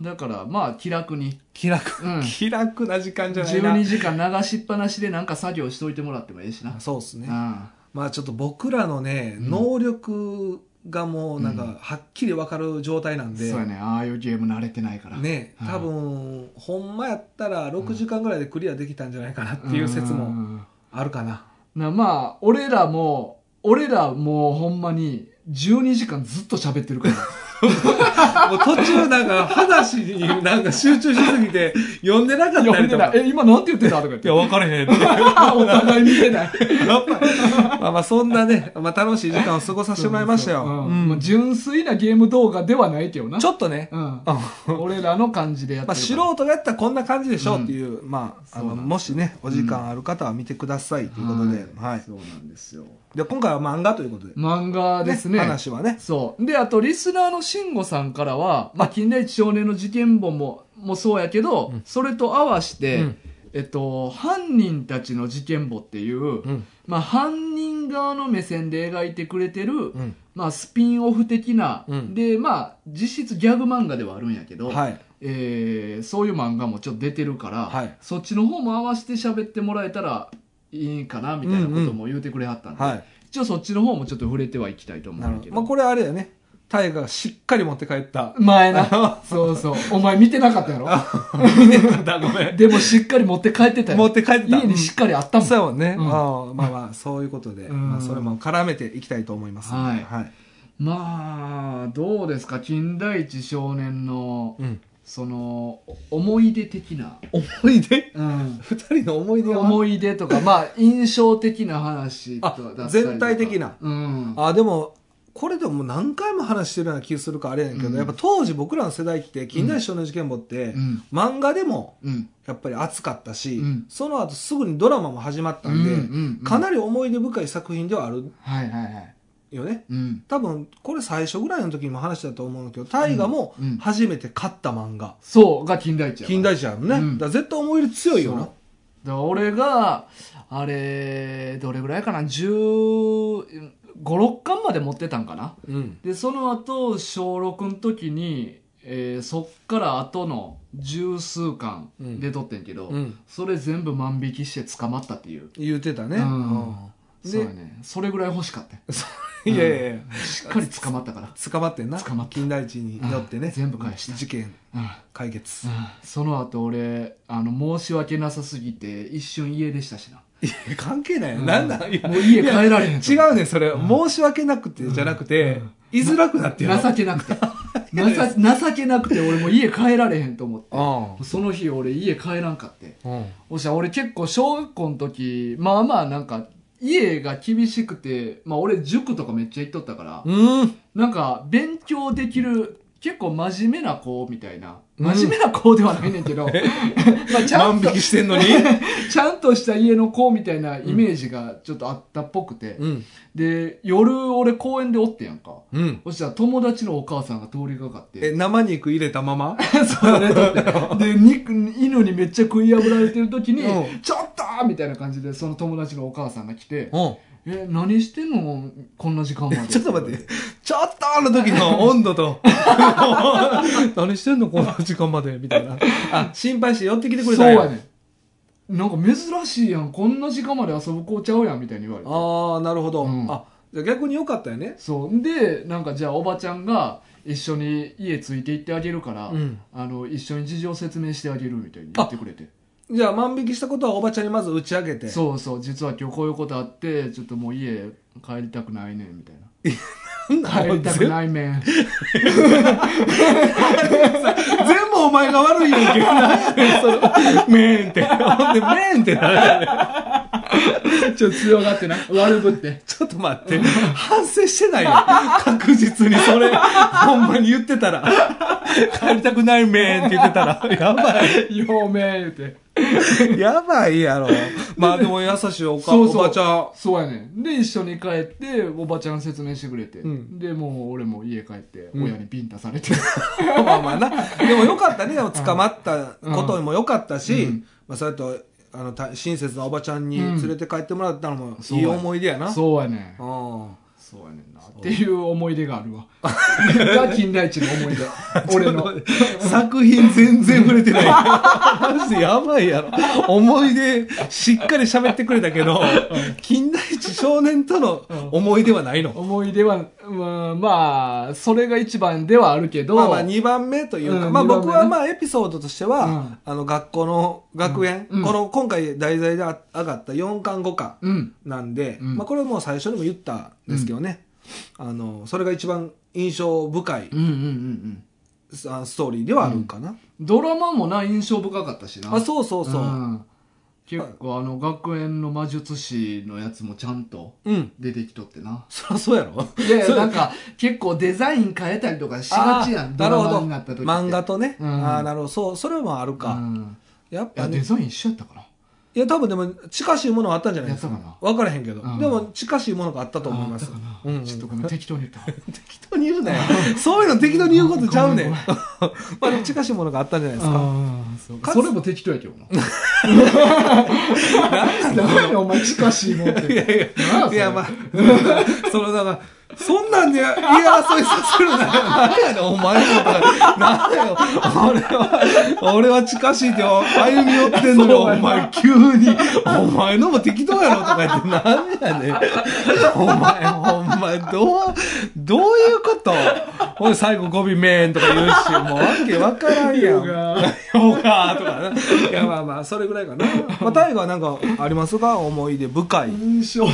Speaker 1: うだからまあ気楽に
Speaker 2: 気楽、
Speaker 1: うん
Speaker 2: 気楽な時間じゃないな
Speaker 1: 12時間流しっぱなしでなんか作業しといてもらってもいいしな、
Speaker 2: そうですね、
Speaker 1: あ
Speaker 2: まあちょっと僕らのね、
Speaker 1: うん
Speaker 2: 能力がもうなん
Speaker 1: うん
Speaker 2: かはっきり分かる状態な
Speaker 1: あ
Speaker 2: んで、
Speaker 1: そうやねああいうゲーム慣れてないから
Speaker 2: ね多分、ほんまやったら6時間ぐらいでクリアできたんじゃないかなっていう説
Speaker 1: う
Speaker 2: も
Speaker 1: ん
Speaker 2: あるかな、
Speaker 1: なまあ俺らも俺らもうほんまに12時間ずっと喋ってるから
Speaker 2: [LAUGHS] もう途中なんか話になんか集中しすぎて読んでなかった
Speaker 1: 読ん
Speaker 2: り
Speaker 1: で
Speaker 2: と [LAUGHS]
Speaker 1: ない
Speaker 2: か
Speaker 1: え今なんて言ってたとか言っ
Speaker 2: い
Speaker 1: て
Speaker 2: や分かれへんって
Speaker 1: お互い見てない
Speaker 2: [LAUGHS] まあまあそんなね、まあ、楽しい時間を過ごさせてもらいましたよ、
Speaker 1: うん
Speaker 2: うん
Speaker 1: まあ純粋なゲーム動画ではないけどな
Speaker 2: ちょっとね、
Speaker 1: うん
Speaker 2: あの
Speaker 1: 俺らの感じでやって
Speaker 2: まあ、
Speaker 1: る
Speaker 2: 素
Speaker 1: から
Speaker 2: 人がやったらこんな感じでしょうっていう、まああ
Speaker 1: そうな
Speaker 2: の
Speaker 1: んですよ
Speaker 2: もしねお時間ある方は見てくださいということで,、はい
Speaker 1: そうなんですよ
Speaker 2: で今回は漫画ということで、
Speaker 1: 漫画ですね
Speaker 2: 話はね
Speaker 1: そうであとリスナーの慎吾さんからは「まあ、近代一少年の事件簿も」もそうやけど、
Speaker 2: うん
Speaker 1: それと合わせて、
Speaker 2: うん
Speaker 1: えっと「犯人たちの事件簿」っていう、
Speaker 2: うん
Speaker 1: まあ、犯人側の目線で描いてくれてる、
Speaker 2: うん
Speaker 1: まあ、スピンオフ的な、
Speaker 2: うん
Speaker 1: でまあ実質ギャグ漫画ではあるんやけど、
Speaker 2: はい
Speaker 1: えーそういう漫画もちょっと出てるから、
Speaker 2: はい
Speaker 1: そっちの方も合わせて喋ってもらえたらいいかなみたいなことも言うてくれはったんで、
Speaker 2: はい
Speaker 1: 一応そっちの方もちょっと触れてはいきたいと思
Speaker 2: な
Speaker 1: う
Speaker 2: る
Speaker 1: んだ
Speaker 2: ほ
Speaker 1: け
Speaker 2: ど、
Speaker 1: ど
Speaker 2: まあ、これあれやね大河がしっかり持って帰った
Speaker 1: 前な [LAUGHS] そうそうお前見てなかったや
Speaker 2: [LAUGHS]
Speaker 1: ろ [LAUGHS]
Speaker 2: ごめん
Speaker 1: でもしっかり持って帰ってたよ
Speaker 2: 持って帰ってた
Speaker 1: 家にしっかりあったもん、
Speaker 2: そうやもんね、
Speaker 1: うん
Speaker 2: ああまあまあそういうことで、
Speaker 1: うん
Speaker 2: まあ、それも絡めていきたいと思います
Speaker 1: はい
Speaker 2: はい
Speaker 1: まあどうですか金田一少年の
Speaker 2: うん、
Speaker 1: そのお思い出的な、
Speaker 2: 思い出
Speaker 1: うん、
Speaker 2: 二人の思い出は
Speaker 1: 思い出とかまあ印象的な話と
Speaker 2: あ
Speaker 1: だったりとか
Speaker 2: 全体的な
Speaker 1: うん
Speaker 2: あでもこれでも何回も話してるような気するからあれやねんけど、
Speaker 1: うん
Speaker 2: やっぱ当時僕らの世代って近代少年事件簿って、
Speaker 1: うん
Speaker 2: 漫画でも
Speaker 1: うん
Speaker 2: やっぱり熱かったし、
Speaker 1: うん
Speaker 2: その後すぐにドラマも始まったんで、
Speaker 1: うんうんうん
Speaker 2: かなり思い出深い作品ではある
Speaker 1: はいはいはい
Speaker 2: よね
Speaker 1: うん
Speaker 2: 多分これ最初ぐらいの時にも話したと思うんだけど大河も
Speaker 1: うんうん
Speaker 2: 初めて買った漫画、
Speaker 1: そうが金田一や
Speaker 2: 近代史やもんね、
Speaker 1: うん
Speaker 2: だから絶対思い入れ強いよ
Speaker 1: そうだ
Speaker 2: な
Speaker 1: から俺があれどれぐらいかな1516巻まで持ってたんかな
Speaker 2: うん
Speaker 1: でその後小6の時に、えーそっから後の十数巻で撮ってんけど、
Speaker 2: うん
Speaker 1: それ全部万引きして捕まったっていう
Speaker 2: 言うてたね、
Speaker 1: うん
Speaker 2: うん
Speaker 1: そう
Speaker 2: で
Speaker 1: やねそれぐらい欲しかったよ
Speaker 2: いやいやいや
Speaker 1: しっかり捕まったから、
Speaker 2: 捕まってんな
Speaker 1: 捕まった
Speaker 2: 金田一によって
Speaker 1: う
Speaker 2: ね
Speaker 1: ん全部返した
Speaker 2: 事件
Speaker 1: うん
Speaker 2: 解決
Speaker 1: うんその後俺あの申し訳なさすぎて一瞬家出したしない
Speaker 2: や関係ないよ
Speaker 1: うん
Speaker 2: なんなんいや
Speaker 1: もう家帰られへん
Speaker 2: いや違うねんそれ申し訳なくてじゃなくて居づらくなってる
Speaker 1: 情けなくて情情けなくて俺もう家帰られへんと思って
Speaker 2: あ
Speaker 1: その日俺家帰らんかって
Speaker 2: あうん
Speaker 1: おっしゃ俺結構小学校の時まあまあなんか家が厳しくてまあ俺塾とかめっちゃ行っとったから
Speaker 2: うん
Speaker 1: なんか勉強できる結構真面目な子みたいな
Speaker 2: うん
Speaker 1: 真面目な子ではないねん
Speaker 2: [LAUGHS]
Speaker 1: けど、まあちゃ
Speaker 2: 万
Speaker 1: ん
Speaker 2: 引
Speaker 1: と
Speaker 2: きしてん
Speaker 1: [LAUGHS]
Speaker 2: のに
Speaker 1: ちゃんとした家の子みたいなイメージがちょっとあったっぽくて、
Speaker 2: うん
Speaker 1: で夜俺公園でおってやんか
Speaker 2: うん
Speaker 1: そしたら友達のお母さんが通りかかって
Speaker 2: え生肉入れたまま
Speaker 1: [LAUGHS] そうね、だって。で、肉、犬にめっちゃ食い破られてる時に、
Speaker 2: うん
Speaker 1: ちょっとーみたいな感じで、その友達のお母さんが来て、
Speaker 2: うん
Speaker 1: え、何してんのこんな時間まで。
Speaker 2: [LAUGHS] ちょっと待って。ちょっとの時の温度と [LAUGHS] 何してんのこの時間までみたいなあ心配して寄ってきてく
Speaker 1: そう
Speaker 2: れたん
Speaker 1: やねん。なんか珍しいやん。こんな時間まで遊ぶ子ちゃうやん、みたいに言われて。
Speaker 2: ああなるほど、
Speaker 1: うん
Speaker 2: あじゃあ逆に良かったよね
Speaker 1: そう。で、なんかじゃあおばちゃんが一緒に家ついて行ってあげるから、
Speaker 2: うん
Speaker 1: あの、一緒に事情説明してあげるみたいに言ってくれて。
Speaker 2: じゃあ万引きしたことはおばちゃんにまず打ち上げて
Speaker 1: そうそう、実は今日こういうことあって、ちょっともう家帰りたくないねん、みたいな。
Speaker 2: なん
Speaker 1: [LAUGHS]
Speaker 2: だ
Speaker 1: 帰
Speaker 2: もう
Speaker 1: りたく
Speaker 2: 全
Speaker 1: ないめん。
Speaker 2: [LAUGHS] 全部お前が悪いやんけ何やねんそれメーンってほんでメーンってなんやねん
Speaker 1: [LAUGHS] ちょっと強がってな。悪ぶって。
Speaker 2: ちょっと待って反省してないよ確実にそれほんまに言ってたら帰りたくないメーンって言ってたらやばい
Speaker 1: ようめえ言うて。
Speaker 2: [LAUGHS] やばいやろまあでも優しいおか
Speaker 1: そうそう
Speaker 2: おばちゃん
Speaker 1: [LAUGHS] そうやねん。で、一緒に帰って、おばちゃん説明してくれて。
Speaker 2: うん
Speaker 1: で、もう俺も家帰って、
Speaker 2: ん
Speaker 1: 親にビンタされて。
Speaker 2: まあまあなでもよかったねでも捕まったこともよかったし、
Speaker 1: うん
Speaker 2: まあ、そうやってあのた親切なおばちゃんに連れて帰ってもらったのも
Speaker 1: そう
Speaker 2: いい思い出やな、
Speaker 1: そうやねん。
Speaker 2: うん
Speaker 1: そうやねんな。っていう思い出がある [LAUGHS] わ。が、金田一の思い [LAUGHS] 出。俺の。
Speaker 2: 作品全然触れてない。マジでやばいやろ。思い出、しっかり喋ってくれたけど、金田一少年との思い出はないの。
Speaker 1: 思い出は、うん、まあ、それが一番ではあるけど、
Speaker 2: まあまあ2番目というか、
Speaker 1: うん
Speaker 2: まあ
Speaker 1: 二番目
Speaker 2: 僕はまあエピソードとしては、
Speaker 1: うん
Speaker 2: あの学校の学園、
Speaker 1: うん
Speaker 2: この今回題材で上がった4巻5巻
Speaker 1: うん。
Speaker 2: なんで、
Speaker 1: うん
Speaker 2: まあこれはもう最初にも言ったんですけどね、あの、それが一番印象深い
Speaker 1: うんうんうんうん。
Speaker 2: あストーリーではあるかな。
Speaker 1: ドラマもな、印象深かったしな。
Speaker 2: あ、そうそうそう。
Speaker 1: ん結構あの学園の魔術師のやつもちゃんと
Speaker 2: うん。 [LAUGHS]
Speaker 1: 出てきとってな
Speaker 2: そりゃそうやろ。
Speaker 1: いやいやなんか結構デザイン変えたりとかしがちやん
Speaker 2: [LAUGHS] あーなるほ
Speaker 1: ドラマ
Speaker 2: ど
Speaker 1: になった時って
Speaker 2: 漫画とね、
Speaker 1: うん
Speaker 2: ああなるほどそうそれもあるか、
Speaker 1: うん
Speaker 2: やっ
Speaker 1: い
Speaker 2: ぱ
Speaker 1: やデ
Speaker 2: ね
Speaker 1: ザイン一緒やったかない
Speaker 2: や多分でも近しいものはあったんじゃないですか
Speaker 1: やったか
Speaker 2: 分からへんけど、
Speaker 1: うん
Speaker 2: でも近しいものがあったと思います
Speaker 1: ああったか
Speaker 2: う
Speaker 1: なん
Speaker 2: うん
Speaker 1: ちょっとごめん適当に言ったわ
Speaker 2: 適当に言うなよそういうの適当に言うことちゃうねん
Speaker 1: ご
Speaker 2: ま
Speaker 1: めん
Speaker 2: あでも近しいものがあったんじゃないですか
Speaker 1: ああそう
Speaker 2: かつ
Speaker 1: それも適当やけどな何やねんお前近しいもんっ
Speaker 2: い
Speaker 1: て
Speaker 2: やいや
Speaker 1: なんやそ
Speaker 2: い
Speaker 1: れ
Speaker 2: やまあ [LAUGHS] そのだからそんなんで言い争いさせるなよ何やねんお前のこと何やよ俺は俺は近しいって歩み寄ってん
Speaker 1: そ
Speaker 2: のに
Speaker 1: うや
Speaker 2: お
Speaker 1: な
Speaker 2: 前急にお前のも適当やろとか言って何やねんお前お前どうどういうことほんで最後語尾めーんとか言うしもうわけわからんやん
Speaker 1: が
Speaker 2: ようかとか [LAUGHS] ないやまあまあそれぐらいかなまあ大河なんかありますか思い出深い
Speaker 1: 印象だ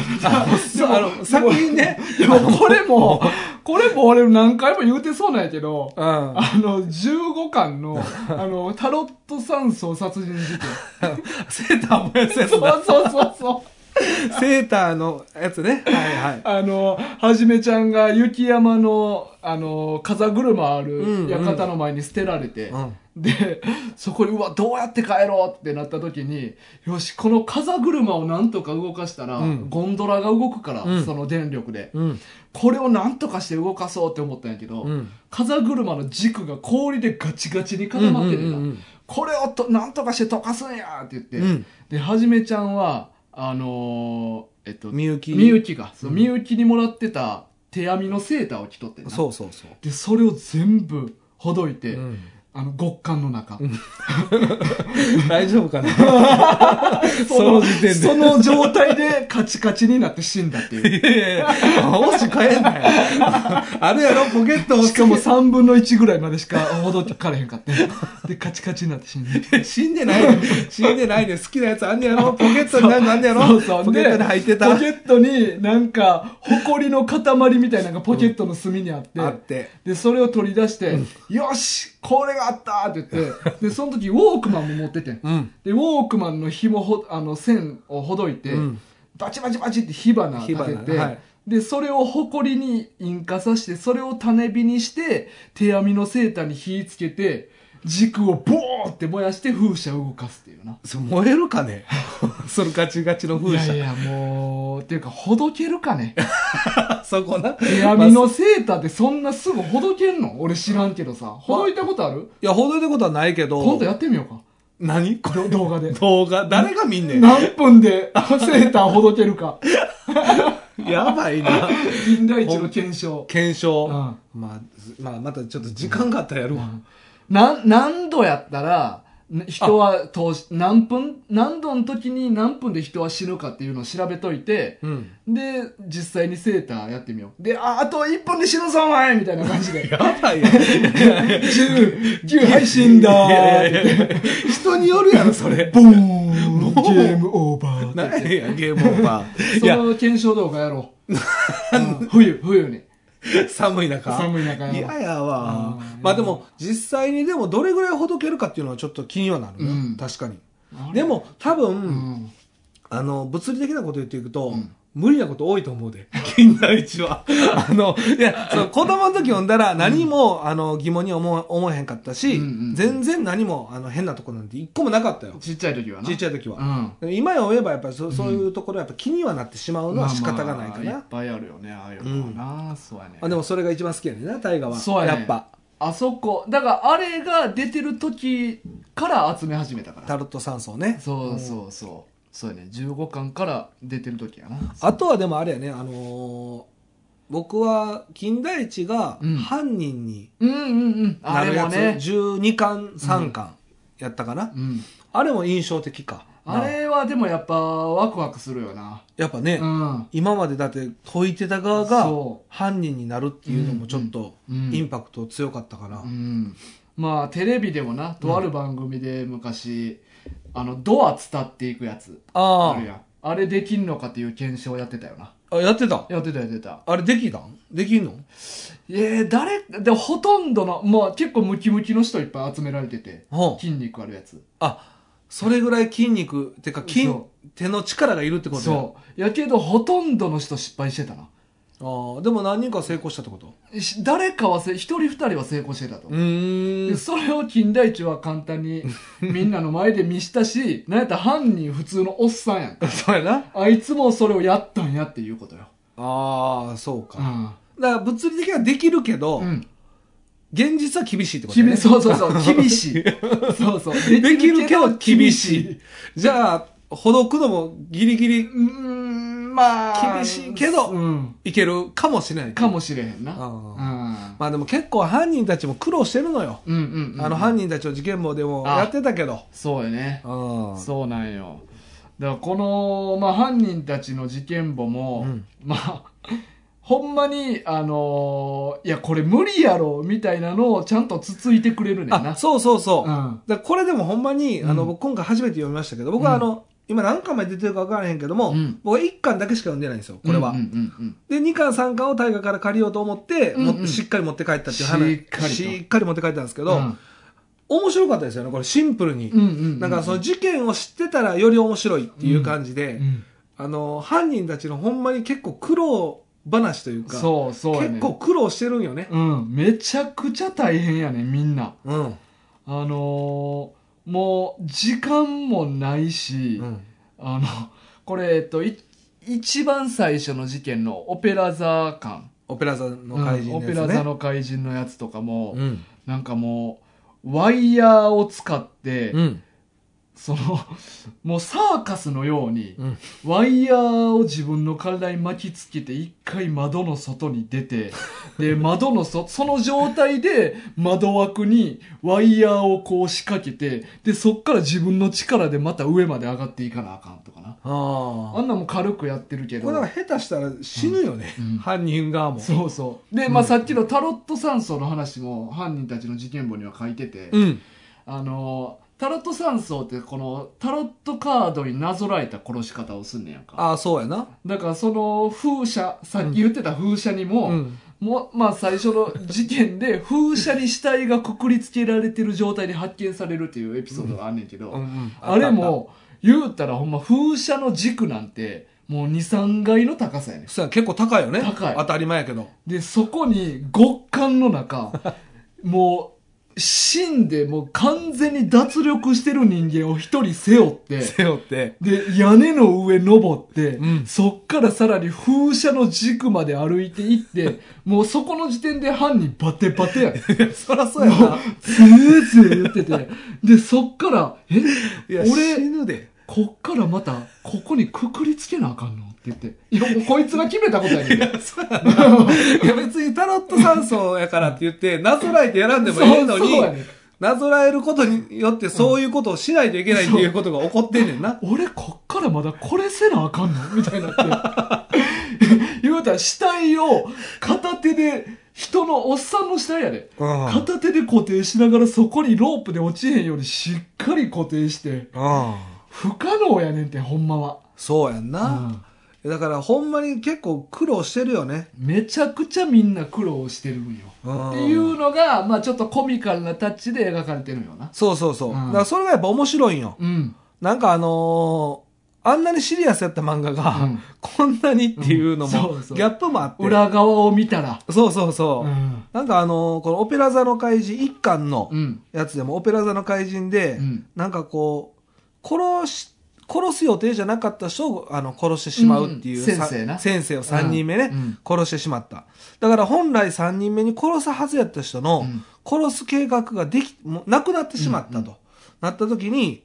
Speaker 2: そうあの作品ね
Speaker 1: でもこれもこれも俺何回も言うてそうなんやけど
Speaker 2: [LAUGHS] うんあ
Speaker 1: あの、15巻の、あの、タロット山荘殺人事件。
Speaker 2: [LAUGHS] セーター燃やすやつ
Speaker 1: そ
Speaker 2: だ
Speaker 1: うそうそうそう。
Speaker 2: セーターのやつねはいはい
Speaker 1: あの、はじめちゃんが雪山の、あの、風車あ
Speaker 2: うんうん
Speaker 1: る館の前に捨てられて、
Speaker 2: うん
Speaker 1: で、そこに、うわ、どうやって帰ろうってなった時に、よし、この風車をなんとか動かしたら、
Speaker 2: うん
Speaker 1: ゴンドラが動くから、
Speaker 2: うん
Speaker 1: その電力で。
Speaker 2: うん
Speaker 1: これをなんとかして動かそうって思ったんやけど、
Speaker 2: うん
Speaker 1: 風車の軸が氷でガチガチに固まってるな、
Speaker 2: うんうんうんうん
Speaker 1: これをとなんとかして溶かすんやって言って、
Speaker 2: うん
Speaker 1: ではじめちゃんはあのーえっと
Speaker 2: みゆき
Speaker 1: みゆきがそうみゆきにもらってた手編みのセーターを着とってな
Speaker 2: そうそうそう
Speaker 1: でそれを全部ほどいて、
Speaker 2: うん
Speaker 1: あの、極寒の中。
Speaker 2: 大丈夫かな [LAUGHS] その時点で
Speaker 1: その状態でカチカチになって死んだって
Speaker 2: [LAUGHS]
Speaker 1: いう。
Speaker 2: いやいや青し変えんなよ [LAUGHS] あるやろポケットを
Speaker 1: しかも3分の1ぐらいまでしか戻ってかれへんかって。で、カチカチになって死んだ。
Speaker 2: 死んでないよ死んでないで好きなやつあんねやろポケットになんのあんねやろ
Speaker 1: そうそう。
Speaker 2: ポケットに入ってた
Speaker 1: でポケットになんか、埃の塊みたいなのがポケットの隅にあって。
Speaker 2: あって
Speaker 1: で、それを取り出して、よしこれがあったって言って、で、その時ウォークマンも持っててん。
Speaker 2: うん
Speaker 1: で、ウォークマンの紐ほ、あの、線をほどいて、
Speaker 2: うん
Speaker 1: バチバチバチって火花立
Speaker 2: 火
Speaker 1: て
Speaker 2: 花
Speaker 1: て、
Speaker 2: はい
Speaker 1: で、それを埃に引火さして、それを種火にして、手編みのセーターに火つけて、軸をボーって燃やして風車を動かすっていうな。
Speaker 2: それ燃えるかね [LAUGHS] そのガチガチの風車
Speaker 1: いやいや、もう、っていうか、ほどけるか
Speaker 2: [LAUGHS]
Speaker 1: ね。
Speaker 2: そこな
Speaker 1: 手編みのセーターってそんなすぐほどけんの俺知らんけどさ。ほどいたことある
Speaker 2: いやほどいたことはないけど
Speaker 1: 今度やってみようか。
Speaker 2: 何こ
Speaker 1: ど動画で
Speaker 2: れ。動画誰が見んねん
Speaker 1: [LAUGHS] 何分でセーターほどけるか。
Speaker 2: やばいな
Speaker 1: 金田一の検
Speaker 2: [LAUGHS]
Speaker 1: 証。
Speaker 2: 検証、
Speaker 1: う
Speaker 2: まあ、ずまあまたちょっと時間があったらやるわ、
Speaker 1: な、何度やったら、ね人は通し、何分、何度の時に何分で人は死ぬかっていうのを調べといて、
Speaker 2: うん
Speaker 1: で、実際にセーターやってみよう。で、あ、あと1分で死ぬぞ、お前みたいな感じで。
Speaker 2: やばい
Speaker 1: [LAUGHS]
Speaker 2: よ。
Speaker 1: 10、9、はい、死んだ
Speaker 2: いやい
Speaker 1: ー
Speaker 2: やいや人によるやろ、そ
Speaker 1: [LAUGHS]
Speaker 2: れ。
Speaker 1: ボーンゲームオーバーって言って
Speaker 2: 何や、ゲームオーバー。い
Speaker 1: そ
Speaker 2: や、
Speaker 1: の検証動画やろう。うん冬、冬に。
Speaker 2: 寒い中。
Speaker 1: 寒い中やろ
Speaker 2: いややわ
Speaker 1: うん。
Speaker 2: まあでも、実際にでもどれぐらいほどけるかっていうのはちょっと気にはなるね
Speaker 1: うん
Speaker 2: 確かに。
Speaker 1: あれ
Speaker 2: でも、多
Speaker 1: う
Speaker 2: 分、
Speaker 1: ん。
Speaker 2: あの、物理的なこと言っていくと
Speaker 1: ん、
Speaker 2: 無理なこと多いと思うで。金田
Speaker 1: [LAUGHS]
Speaker 2: 一は。あの、いや、その子供の時読んだら何も、あの、疑問に思わ思えへんかったし
Speaker 1: うんうんうん、
Speaker 2: 全然何も、あの、変なとこなんて一個もなかったよ。
Speaker 1: ちっちゃい時はな。
Speaker 2: ちっちゃい時は。
Speaker 1: うん。
Speaker 2: 今思えばやっぱりそそういうところはやっぱ気にはなってしまうのは仕方がない
Speaker 1: まあま
Speaker 2: かな、あ
Speaker 1: あいっぱいあるよね、ああいうのはな。そうやね。
Speaker 2: でもそれが一番好きやねんな大河は
Speaker 1: そうやね
Speaker 2: やっぱ
Speaker 1: あそこ、だからあれが出てる時から集め始めたから。
Speaker 2: タロット三層ね
Speaker 1: そうそうそう。そうやね。15巻から出てる時やな。
Speaker 2: あとはでもあれやねあのー僕は金田一が
Speaker 1: うん
Speaker 2: 犯人に
Speaker 1: うんうんうん。あ
Speaker 2: な
Speaker 1: れ
Speaker 2: るや
Speaker 1: も
Speaker 2: つ、
Speaker 1: ね。
Speaker 2: 12巻3巻やったかな、
Speaker 1: うん。
Speaker 2: あれも印象的か
Speaker 1: あれはでもやっぱワクワクするよな。
Speaker 2: やっぱね、
Speaker 1: うん。
Speaker 2: 今までだって解いてた側が
Speaker 1: そ
Speaker 2: 犯人になるっていうのもちょっと
Speaker 1: うん
Speaker 2: インパクト強かったから、
Speaker 1: うん、まあテレビでもなとある番組で昔、あのドア伝っていくやつあ
Speaker 2: あ
Speaker 1: るやんあれできんのかっていう検証やってたよな
Speaker 2: ああやってた
Speaker 1: やってたやってた
Speaker 2: あれできたんできんの
Speaker 1: えー、誰でほとんどのまあ結構ムキムキの人いっぱい集められてて
Speaker 2: ほう
Speaker 1: 筋肉あるやつ
Speaker 2: あそれぐらい筋肉てか筋
Speaker 1: そ
Speaker 2: 手の力がいるってことや
Speaker 1: そうやけどほとんどの人失敗してたな
Speaker 2: あーでも何人か成功したってこと
Speaker 1: し誰かはせ一人二人は成功してたと、
Speaker 2: うー [LAUGHS]
Speaker 1: で
Speaker 2: ん
Speaker 1: それを金田一は簡単 [LAUGHS] にみんなの前で見したしなんやったら犯人普通のおっさんやん
Speaker 2: そうやな
Speaker 1: あいつもそれをやったんやっていうことよ。
Speaker 2: ああそう
Speaker 1: う
Speaker 2: か、
Speaker 1: ん。
Speaker 2: だから物理的にはできるけど、
Speaker 1: うん。
Speaker 2: 現実は厳しいってこと
Speaker 1: 厳
Speaker 2: ね
Speaker 1: そうそう
Speaker 2: [LAUGHS]
Speaker 1: そう、厳しい。そうそう。
Speaker 2: できるけど厳しい。じゃあほどくのもギリギリ
Speaker 1: うーん、まあ。
Speaker 2: 厳しいけど
Speaker 1: うん。
Speaker 2: いけるかもしれない
Speaker 1: かもしれへんな。うん。
Speaker 2: まあでも結構犯人たちも苦労してるのよ、
Speaker 1: うんうんうん。
Speaker 2: あの犯人たちの事件簿でもやってたけど
Speaker 1: そうよね。
Speaker 2: うん
Speaker 1: そうなんよ。だからこの、まあ犯人たちの事件簿も、
Speaker 2: うん
Speaker 1: まあ、 [LAUGHS] ほんまに、あのーいや、これ無理やろ、みたいなのをちゃんとつついてくれるねん
Speaker 2: あ
Speaker 1: な。
Speaker 2: そうそうそう、
Speaker 1: うん。
Speaker 2: だからこれでもほんまに、あ
Speaker 1: う
Speaker 2: の
Speaker 1: ん
Speaker 2: 僕今回初めて読みましたけど僕
Speaker 1: う
Speaker 2: は
Speaker 1: ん
Speaker 2: あの、今何巻まで出てるか分からへんけども、
Speaker 1: うん
Speaker 2: 僕は1巻だけしか読んでないんですよこれ
Speaker 1: う
Speaker 2: は、
Speaker 1: んうんうんうん。
Speaker 2: で2巻3巻を大河から借りようと思って、
Speaker 1: うんうん
Speaker 2: もっとしっかり持って帰ったっていう話
Speaker 1: しっかりと
Speaker 2: っかり持って帰ったんですけど、
Speaker 1: うん
Speaker 2: 面白かったですよねこれシンプルに、
Speaker 1: うんうんうん、
Speaker 2: なんかその事件を知ってたらより面白いっていう感じで、
Speaker 1: うん
Speaker 2: あの犯人たちのほんまに結構苦労話というか
Speaker 1: そうそうやね
Speaker 2: 結構苦労してるんよね
Speaker 1: うんめちゃくちゃ大変やねみんな
Speaker 2: うん、
Speaker 1: あのーもう時間もないし、
Speaker 2: うん
Speaker 1: あのこれえっとい一番最初の事件のオペラ座館、
Speaker 2: オペラ座の
Speaker 1: うん
Speaker 2: 怪人
Speaker 1: オ
Speaker 2: で
Speaker 1: ペ
Speaker 2: すね、
Speaker 1: ラ座の怪人のやつとかも、
Speaker 2: うん
Speaker 1: なんかもうワイヤーを使って、
Speaker 2: うん
Speaker 1: そのもうサーカスのように
Speaker 2: うん
Speaker 1: ワイヤーを自分の体に巻きつけて一回窓の外に出てで窓のそその状態で窓枠にワイヤーをこう仕掛けてでそっから自分の力でまた上まで上がっていかなあかんとかな
Speaker 2: あ
Speaker 1: あんなもん軽くやってるけど
Speaker 2: これだから下手したら死ぬよね、
Speaker 1: うんうん
Speaker 2: 犯人側も
Speaker 1: そうそうで、まあ、さっきのタロット山荘の話も犯人たちの事件簿には書いてて、
Speaker 2: ん
Speaker 1: あのタロット山荘ってこのタロットカードになぞらえた殺し方をすんねやんか
Speaker 2: ああそうやな
Speaker 1: だからその風車さっき言ってた風車にも,、
Speaker 2: うん
Speaker 1: もまあ最初の事件で風車に死体がくくりつけられてる状態で発見されるっていうエピソードがあんねんけど、
Speaker 2: うんうん
Speaker 1: あれも言うたらほんま風車の軸なんてもう23階の高さやねん
Speaker 2: そうや結構高いよね
Speaker 1: 高い
Speaker 2: 当たり前やけど
Speaker 1: でそこに極寒の
Speaker 2: [LAUGHS]
Speaker 1: 中もう死んでもう完全に脱力してる人間を一人背負って
Speaker 2: 背負って
Speaker 1: で屋根の上登って、
Speaker 2: うん
Speaker 1: そっからさらに風車の軸まで歩いていっ
Speaker 2: [LAUGHS]
Speaker 1: てもうそこの時点で犯人バテバテやねん
Speaker 2: そりゃそうやな
Speaker 1: ずーずー言っててでそっから「え
Speaker 2: いや
Speaker 1: 俺
Speaker 2: 死ぬで
Speaker 1: こっからまたここにくくりつけなあかんの?」って言って「いやもうこいつが決めたことやねん」
Speaker 2: そうやないや別にタロット山荘やからって言ってなぞらえてやらんでもいいの
Speaker 1: そう
Speaker 2: に
Speaker 1: そうやねん
Speaker 2: なぞらえることによってそういうことをしないといけないっていうことが起こってんねんな
Speaker 1: 俺こっからまだこれせなあかんのみたいになって [LAUGHS] 言うたら死体を片手で人のおっさんの死体やで
Speaker 2: うん
Speaker 1: 片手で固定しながらそこにロープで落ちへんようにしっかり固定して
Speaker 2: うん
Speaker 1: 不可能やねんってほんまは、
Speaker 2: そうやん
Speaker 1: う
Speaker 2: な、
Speaker 1: ん
Speaker 2: だからほんまに結構苦労してるよね
Speaker 1: めちゃくちゃみんな苦労してるんよ
Speaker 2: うん
Speaker 1: っていうのが、まあ、ちょっとコミカルなタッチで描かれてるんよな
Speaker 2: そうそうそう、
Speaker 1: うん
Speaker 2: だからそれがやっぱ面白いんよ
Speaker 1: うん
Speaker 2: なんかあのーあんなにシリアスやった漫画が、
Speaker 1: うん
Speaker 2: こんなにっていう
Speaker 1: う
Speaker 2: のも、
Speaker 1: んそうそう
Speaker 2: ギャップもあって
Speaker 1: 裏側を見たら
Speaker 2: そうそうそう、
Speaker 1: ん
Speaker 2: なんかあのーこの「オペラ座の怪人」一巻の
Speaker 1: うん
Speaker 2: やつでも「オペラ座の怪人で」
Speaker 1: うん
Speaker 2: なんかこう殺し殺す予定じゃなかった人をあの殺してしまうっていう、
Speaker 1: うん先生な
Speaker 2: さ先生を3人目ね、
Speaker 1: うん
Speaker 2: 殺してしまっただから本来3人目に殺すはずやった人
Speaker 1: う
Speaker 2: の、
Speaker 1: ん
Speaker 2: 殺す計画ができもうなくなってしまったと、
Speaker 1: うんうん
Speaker 2: なった時に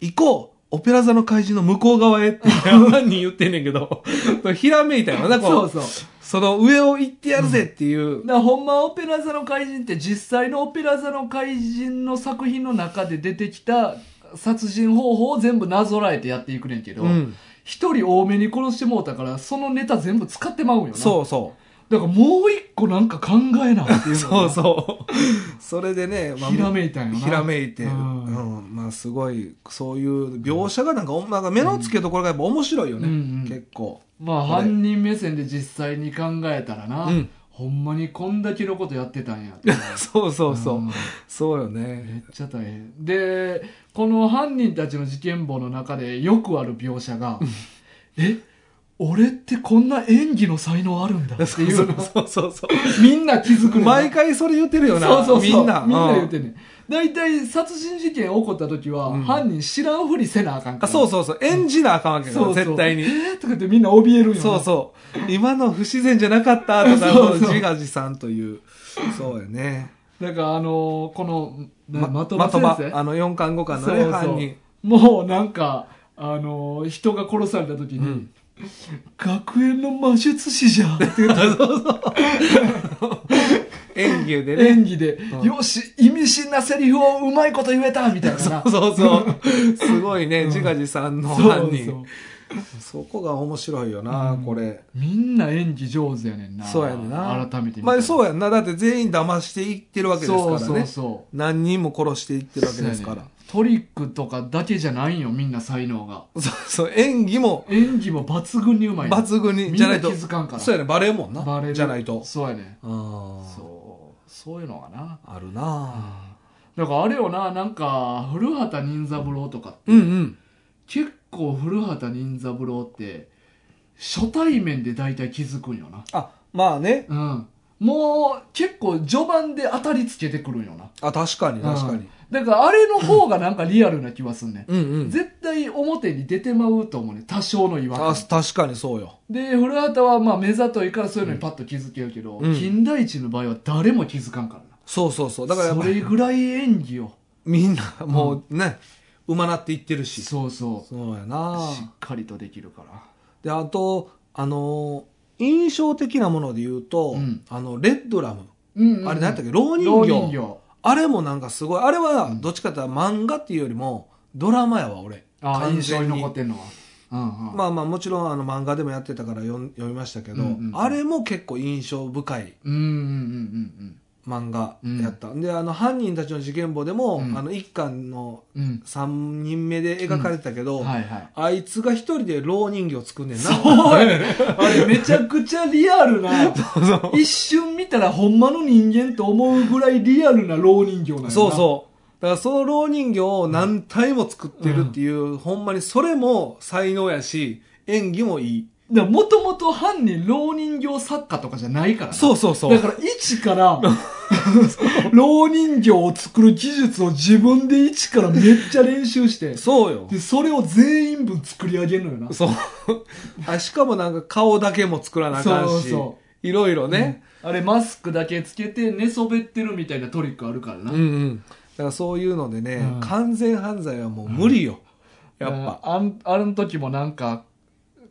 Speaker 2: 行こうオペラ座の怪人の向こう側へ
Speaker 1: [LAUGHS]
Speaker 2: って犯人言ってんねんけど [LAUGHS] ひらめいたよなこ
Speaker 1: そううそう
Speaker 2: その上を行ってやるぜっていう、
Speaker 1: だからほんまはオペラ座の怪人って実際のオペラ座の怪人の作品の中で出てきた殺人方法を全部なぞらえてやっていくねんけど
Speaker 2: うん
Speaker 1: 一、人多めに殺してもうたからそのネタ全部使ってまうんよな
Speaker 2: そうそう
Speaker 1: だからもう一個なんか考えなっていうの
Speaker 2: [LAUGHS] そ
Speaker 1: が
Speaker 2: う [LAUGHS] そう。それでね、
Speaker 1: ひらめいたんよな
Speaker 2: ひらめいて、う
Speaker 1: うん
Speaker 2: ん、まあすごい、そういう描写がなんか、なんか目の付けどころがやっぱ面白いよね、
Speaker 1: うんうん
Speaker 2: 結
Speaker 1: [LAUGHS]
Speaker 2: 構。
Speaker 1: まあ
Speaker 2: これ
Speaker 1: 犯人目線で実際に考えたらな、
Speaker 2: うん
Speaker 1: ほんまにこんだけのことやってたんやって
Speaker 2: そうそうそ
Speaker 1: う
Speaker 2: う。
Speaker 1: ん
Speaker 2: そうよ
Speaker 1: め
Speaker 2: ね。
Speaker 1: っちゃ大変でこの犯人たちの事件簿の中でよくある描写が「え俺ってこんな演技の才能あるんだ」って
Speaker 2: [LAUGHS] そう
Speaker 1: い
Speaker 2: そうう
Speaker 1: の
Speaker 2: そうそうそ
Speaker 1: [LAUGHS] みんな気づく
Speaker 2: う。
Speaker 1: ねんな
Speaker 2: 毎回それ言ってるよな、
Speaker 1: そうそうそう
Speaker 2: みんな。
Speaker 1: みんな言う
Speaker 2: る。
Speaker 1: てんねん大体殺人事件起こった時は、
Speaker 2: うん
Speaker 1: 犯人知らんふりせなあかんか
Speaker 2: あ
Speaker 1: ら
Speaker 2: そうそうそう。演じなあかんわけだ
Speaker 1: そうそう
Speaker 2: 絶対
Speaker 1: え
Speaker 2: に。
Speaker 1: ーとか言ってみんな怯えるんよな
Speaker 2: そうそう。今の不自然じゃなかったとか、
Speaker 1: そう
Speaker 2: もう
Speaker 1: そう
Speaker 2: 自画自賛という。そうよね。
Speaker 1: だからあのーこのな
Speaker 2: ま
Speaker 1: まと
Speaker 2: ま
Speaker 1: ば
Speaker 2: と
Speaker 1: 先
Speaker 2: ば
Speaker 1: 生、
Speaker 2: あの4巻5巻の
Speaker 1: そう
Speaker 2: ね、
Speaker 1: そ
Speaker 2: 犯
Speaker 1: う
Speaker 2: 人。
Speaker 1: もうなんかあのー人が殺された時に、
Speaker 2: うん
Speaker 1: 学園の魔術師じゃんって言
Speaker 2: [LAUGHS]
Speaker 1: って
Speaker 2: 演技でね。
Speaker 1: 演技で、
Speaker 2: うん
Speaker 1: よし意味深なセリフをうまいこと言えたみたいなな
Speaker 2: [LAUGHS] そうそう。すごいね、
Speaker 1: うん
Speaker 2: 自画自賛の
Speaker 1: そう
Speaker 2: 犯
Speaker 1: そう
Speaker 2: 人。そこが面白いよな、これ。
Speaker 1: みんな演技上手やねんな
Speaker 2: そうやねんな。
Speaker 1: 改めて見
Speaker 2: まあそううやんな。だって全員騙していってるわけですからね。
Speaker 1: そうそうそ
Speaker 2: 何人も殺していって
Speaker 1: う
Speaker 2: るわけですか
Speaker 1: そ
Speaker 2: ら。
Speaker 1: うやねんトリックとかだけじゃないんよみんな才能が
Speaker 2: そうそう。演技も
Speaker 1: 演技も抜群にうまいね
Speaker 2: 抜群に、
Speaker 1: みん
Speaker 2: じゃない
Speaker 1: な気
Speaker 2: と。
Speaker 1: づかんから
Speaker 2: そうやね、バレるもん
Speaker 1: バレ
Speaker 2: な。
Speaker 1: る
Speaker 2: じゃないと。
Speaker 1: そうやね
Speaker 2: ああ。
Speaker 1: そうそういうのがな
Speaker 2: あるな
Speaker 1: だからあれよななんか古畑任三郎とかって、
Speaker 2: うんうん。
Speaker 1: 結構古畑任三郎って初対面で大体気づくんよな
Speaker 2: あ、まあね。
Speaker 1: うんもう結構序盤で当たりつけてくるんよな
Speaker 2: あ、確かに、確かに。
Speaker 1: だからあれの方がなんかリアルな気はすんねん、
Speaker 2: うんうん。
Speaker 1: 絶対表に出てまうと思うね多少の違和
Speaker 2: あ
Speaker 1: 感
Speaker 2: 確かにそうよ。
Speaker 1: で古畑はまあ目ざといからそういうのにパッと気づけるけど、
Speaker 2: うん
Speaker 1: 金田一の場合は誰も気づかんからな
Speaker 2: そうそうそう。だからやっ
Speaker 1: そ
Speaker 2: ぱ
Speaker 1: れぐらい演技を
Speaker 2: みんな、もうね、馬なっていってるし
Speaker 1: そうそう
Speaker 2: そうやな
Speaker 1: しっかりとできるから
Speaker 2: であとあのー印象的なもので言うと、
Speaker 1: うん
Speaker 2: あのレッドラム、
Speaker 1: うんうん
Speaker 2: あれ何やったっけ蝋人
Speaker 1: 蝋
Speaker 2: 形
Speaker 1: 人形
Speaker 2: あれもなんかすごいあれは
Speaker 1: ん
Speaker 2: どっちかっていうと漫画っていうよりもドラマやわ俺
Speaker 1: ああ
Speaker 2: 完
Speaker 1: 印象
Speaker 2: 全
Speaker 1: に
Speaker 2: に
Speaker 1: 残ってんのはうんうん
Speaker 2: まあまあもちろんあの漫画でもやってたから読ん読みましたけど、
Speaker 1: うんうん
Speaker 2: あれも結構印象深い
Speaker 1: うんうんうん
Speaker 2: 漫画やった、であの犯人たちの事件簿でも、
Speaker 1: うん
Speaker 2: あの一巻の
Speaker 1: うんうん
Speaker 2: 3人目で描かれてたけど、
Speaker 1: うんはいはい
Speaker 2: あいつが一人で蝋人形作んねんな [LAUGHS]
Speaker 1: あれめちゃくちゃリアル [LAUGHS] な一瞬見たらほんまの人間と思うぐらいリアルな老人形なんやな
Speaker 2: そうそう。だからその老人形を何体も作ってるっていう、ほんまにそれも才能やし、演技もいい。
Speaker 1: うだからもともと犯人老人形作家とかじゃないからな
Speaker 2: そうそうそう。
Speaker 1: だから一から [LAUGHS] 老人形を作る技術を自分で一からめっちゃ練習して
Speaker 2: そうよ。
Speaker 1: でそれを全員分作り上げるのよな
Speaker 2: そう。あしかもなんか顔だけも作らなあかんし。
Speaker 1: そうそ
Speaker 2: いろいろね。
Speaker 1: あれマスクだけつけて寝そべってるみたいなトリックあるからな、
Speaker 2: うん、うん、だからそういうのでね、
Speaker 1: うん
Speaker 2: 完全犯罪はもう無理よ。やっぱ。
Speaker 1: あんあの時もなんか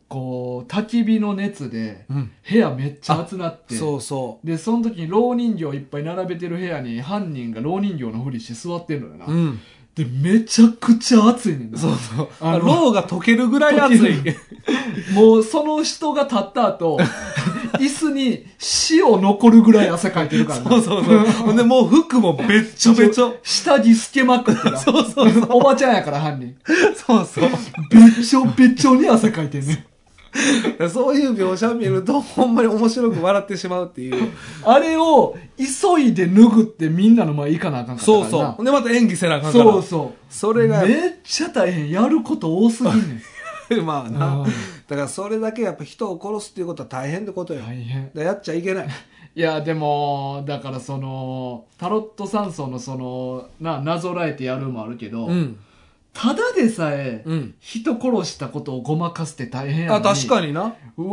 Speaker 1: こう焚き火の熱で
Speaker 2: うん。
Speaker 1: 部屋めっちゃ熱なって
Speaker 2: そうそ
Speaker 1: でその時に老人形いっぱい並べてる部屋に犯人が老人形のふりして座ってんのよな、
Speaker 2: う。うん。
Speaker 1: でめちゃくちゃ熱いねんな
Speaker 2: そうそう。
Speaker 1: あの
Speaker 2: 脳が溶けるぐらい熱い
Speaker 1: 溶。もうその人が立った後椅子に塩残るぐらい汗かいてるからな
Speaker 2: [LAUGHS] そうそうそう。ほんでもう服もべっちょべちょ。
Speaker 1: 下着透けまくってな
Speaker 2: そうそうそう。
Speaker 1: おばちゃんやから犯人
Speaker 2: そうそう。
Speaker 1: べちょべちょに汗かいてんねん
Speaker 2: そういう描写を見ると、 [LAUGHS] ほんまに面白く笑ってしまうっていう。
Speaker 1: あれを急いで脱ぐってみんなの前行かなあかんかったから
Speaker 2: そう
Speaker 1: な
Speaker 2: そう。ほんで、また演技せなあかんから。
Speaker 1: そうそう
Speaker 2: それが、
Speaker 1: めっちゃ大変やること多すぎんねん
Speaker 2: まあ
Speaker 1: う。
Speaker 2: なんだから、それだけやっぱ人を殺すっていうことは大変ってことよ。
Speaker 1: 大変
Speaker 2: だからやっちゃいけない。
Speaker 1: いやでもだからそのタロット山荘のそのななぞらえてやるもあるけど、
Speaker 2: うん。
Speaker 1: ただでさえ、
Speaker 2: うん。
Speaker 1: 人殺したことをごまかすって大変やの
Speaker 2: あ、
Speaker 1: に
Speaker 2: 確かにな。
Speaker 1: う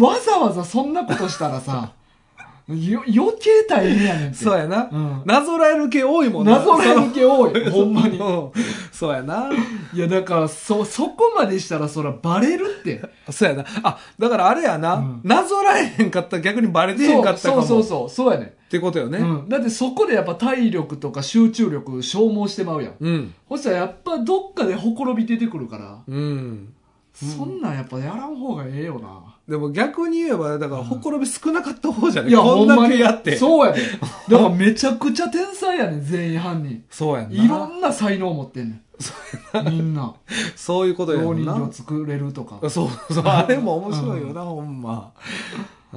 Speaker 1: わざわざそんなことしたらさ [LAUGHS] よ余計大変やねんって
Speaker 2: そうやな
Speaker 1: う。ん、
Speaker 2: なぞらえる系多いもんな。
Speaker 1: 謎の変形多
Speaker 2: [LAUGHS]
Speaker 1: いほんまに
Speaker 2: うんそうやな。
Speaker 1: いやだからそそこまでしたらそらバレるって
Speaker 2: そうやな。あ、だからあれや
Speaker 1: う。
Speaker 2: なんなぞらえへんかったら逆にバレてへんかった
Speaker 1: そうそう
Speaker 2: かも。
Speaker 1: そうそうそうやねん
Speaker 2: ってことよね。
Speaker 1: うん、だってそこでやっぱ体力とか集中力消耗してまうやん
Speaker 2: うん。
Speaker 1: そしたらやっぱどっかでほころび出てくるから、
Speaker 2: うん。
Speaker 1: そんなんやっぱやらん方がええよな、
Speaker 2: でも逆に言えば、だから、ほころび少なかった方じゃね、
Speaker 1: いや
Speaker 2: こ
Speaker 1: ほ
Speaker 2: ん
Speaker 1: んま
Speaker 2: だ
Speaker 1: に
Speaker 2: けやって。う。 [LAUGHS]
Speaker 1: そうやねんだからめちゃくちゃ天才やねん全員犯人
Speaker 2: そうやん
Speaker 1: いろ
Speaker 2: な。
Speaker 1: んな才能持ってんねんみんな
Speaker 2: そういうことや
Speaker 1: 老
Speaker 2: ん
Speaker 1: 人
Speaker 2: な
Speaker 1: 形。作れるとか
Speaker 2: そうそう、 [LAUGHS] あれも面白いよな、ほんま。